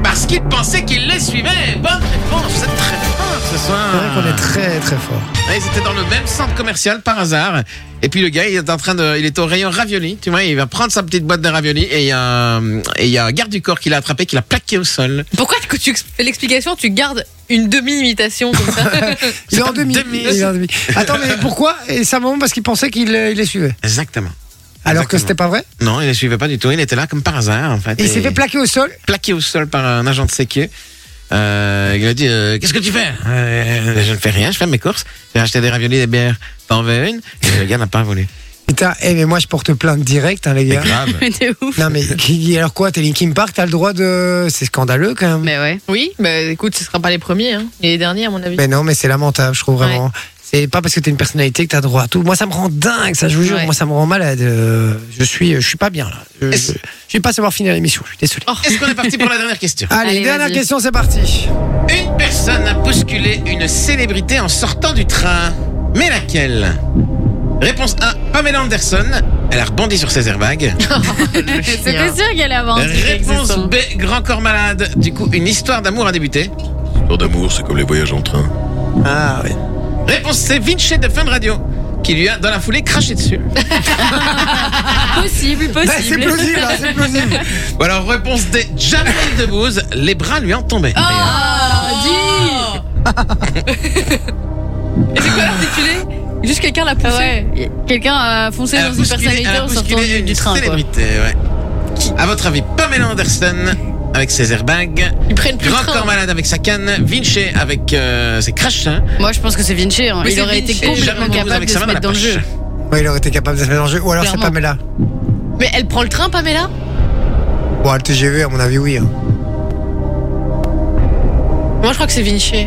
S5: parce qu'ils pensaient qu'ils les suivaient. Bonne réponse, vous êtes très fort ce
S1: C'est vrai
S5: soir.
S1: qu'on est très, très fort.
S5: Ouais, Ils étaient dans le même centre commercial par hasard. Et puis le gars, il est en train de, il est au rayon ravioli. Tu vois, il va prendre sa petite boîte de ravioli et il y a, un- et il y a un garde du corps qui l'a attrapé, qui l'a plaqué au sol.
S6: Pourquoi quand tu ex- fais l'explication, tu gardes une demi-imitation comme ça
S1: Il est en
S5: C'est
S1: demi.
S5: demi.
S1: Il est en demi. Attends, mais pourquoi Et simplement parce qu'il pensait qu'il euh, il les suivait.
S5: Exactement.
S1: Alors que
S5: Exactement.
S1: c'était pas vrai.
S5: Non, il ne suivait pas du tout. Il était là comme par hasard, en fait.
S1: Et il s'est fait plaquer au sol.
S5: plaqué au sol par un agent de sécu. Euh, il a dit euh, Qu'est-ce que tu fais Euh, Je ne fais rien, je fais mes courses. J'ai acheté des raviolis, des bières. T'en veux une Et le gars n'a pas voulu.
S1: Putain, eh, mais moi je porte plainte direct, hein, les
S5: C'est
S1: gars.
S5: grave.
S4: Mais t'es ouf.
S1: Non, mais qui- alors quoi, t'es Linkin Park, t'as le droit de. C'est scandaleux quand même.
S4: Mais ouais.
S6: Oui, bah écoute, ce sera pas les premiers, hein. les derniers à mon avis.
S1: Mais non, mais c'est lamentable, je trouve
S6: Ouais.
S1: vraiment. C'est pas parce que t'es une personnalité que t'as droit à tout. Moi, ça me rend dingue, ça, je vous jure.
S6: Ouais.
S1: Moi, ça me rend malade. Euh, Je suis, je suis pas bien, là. Je, je,
S5: Est-ce-
S1: je vais pas savoir finir l'émission, je suis désolé.
S5: Est-ce qu'on est parti pour la dernière question
S1: Allez,
S4: Allez,
S1: dernière
S4: vas-y.
S1: question, c'est parti.
S5: Une personne a bousculé une célébrité en sortant du train. Mais laquelle Réponse A Pamela Anderson. Elle a rebondi sur ses airbags.
S4: C'était sûr qu'elle avance.
S5: Réponse B Grand corps malade. Du coup, une histoire d'amour a débuté.
S3: Histoire d'amour, c'est comme les voyages en train.
S1: Ah, oui.
S5: Réponse C Vinci de Fun Radio. Qui lui a, dans la foulée, craché dessus.
S4: Possible,
S1: Bah, c'est
S4: possible.
S1: plausible, hein, c'est plausible.
S5: Ou alors, réponse D Jamel Debbouze. Les bras lui en tombaient.
S4: Oh, Ah,
S6: Et c'est quoi l'intitulé Juste quelqu'un l'a
S4: dis
S6: poussé.
S4: Ah Ouais. Quelqu'un a foncé
S5: Elle a
S4: dans une
S5: bousculé- elle
S4: personnalité
S5: a
S4: en sortant
S5: bousculé
S4: du,
S5: une
S4: du train. Quoi.
S5: Célébrité, ouais. À votre avis, Pamela Anderson avec ses airbags,
S6: Ils prennent plus le
S5: Grand corps
S6: train.
S5: malade avec sa canne, Vinci avec euh, ses crachins,
S4: Moi, je pense que c'est Vinci. hein.
S6: Mais
S4: Il
S6: c'est
S4: aurait été
S6: Vinci.
S5: et
S4: complètement
S5: Jamel Debbouze
S4: capable
S5: avec
S4: de se
S5: sa main dans
S4: mettre
S5: la
S4: dans le
S5: poche.
S4: jeu.
S1: Ouais, il aurait été capable de se mettre en jeu. Ou alors c'est
S6: Clairement.
S1: Pamela.
S6: Mais elle prend le train, Pamela
S1: Bon, le TGV, à mon avis, oui. hein.
S6: Moi, je crois que c'est Vinci.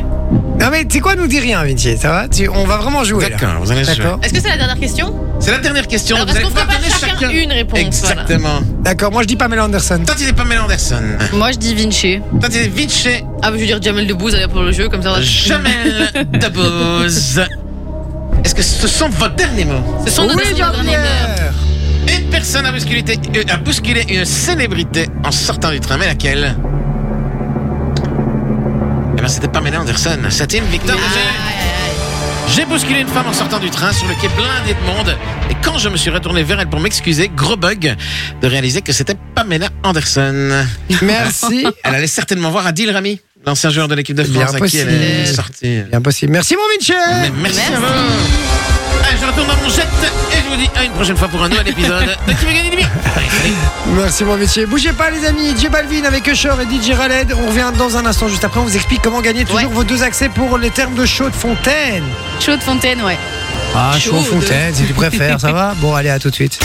S1: Non, mais tu sais quoi, nous dis rien, Vinci, ça va Tu- On va vraiment jouer. là.
S5: D'accord, vous allez jouer.
S1: D'accord.
S6: Est-ce que c'est la dernière question
S5: C'est la dernière question.
S6: Alors,
S5: vous
S6: est-ce
S5: allez
S6: qu'on
S5: pouvoir
S6: prépare
S5: donner
S6: chacun
S5: chacun
S6: une réponse,
S5: Exactement.
S1: D'accord, moi je dis Pamela Anderson.
S5: Toi, tu n'es pas Mel Anderson.
S4: Moi, je dis Vinci.
S5: Toi, tu es Vinci
S6: Ah, bah, je veux dire Jamel Debbouze, allez pour le jeu, comme ça on a-
S5: Jamel Debbouze. Est-ce que ce sont vos derniers mots
S6: Ce sont nos
S1: Oui,
S6: derniers derniers.
S1: Jean-Pierre.
S5: Une personne a bousculé, euh, a bousculé une célébrité en sortant du train, mais laquelle Eh ben, c'était pas Mel Anderson, c'était une Victor Roger. J'ai bousculé une femme en sortant du train sur le quai blindé de monde. Et quand je me suis retourné vers elle pour m'excuser, gros bug de réaliser que c'était Pamela Anderson.
S1: Merci.
S5: Elle allait certainement voir Adil Rami, l'ancien joueur de l'équipe de
S1: Bien
S5: France à qui elle est
S1: possible.
S5: sortie.
S1: Bien possible. Merci, mon Vinci.
S5: Mais merci, à vous. Allez, je retourne dans mon jet et je vous dis à une prochaine fois pour un nouvel épisode de Qui veut gagner des millions Allez, salut.
S1: Merci mon métier. Bougez pas les amis, J Balvin avec Usher et DJ Raled. On revient dans un instant juste après, on vous explique comment gagner toujours vos deux accès pour les termes de chaud de fontaine.
S4: Chaud de fontaine, ouais.
S1: Ah chaud fontaine si tu préfères, ça va Bon allez à tout de suite.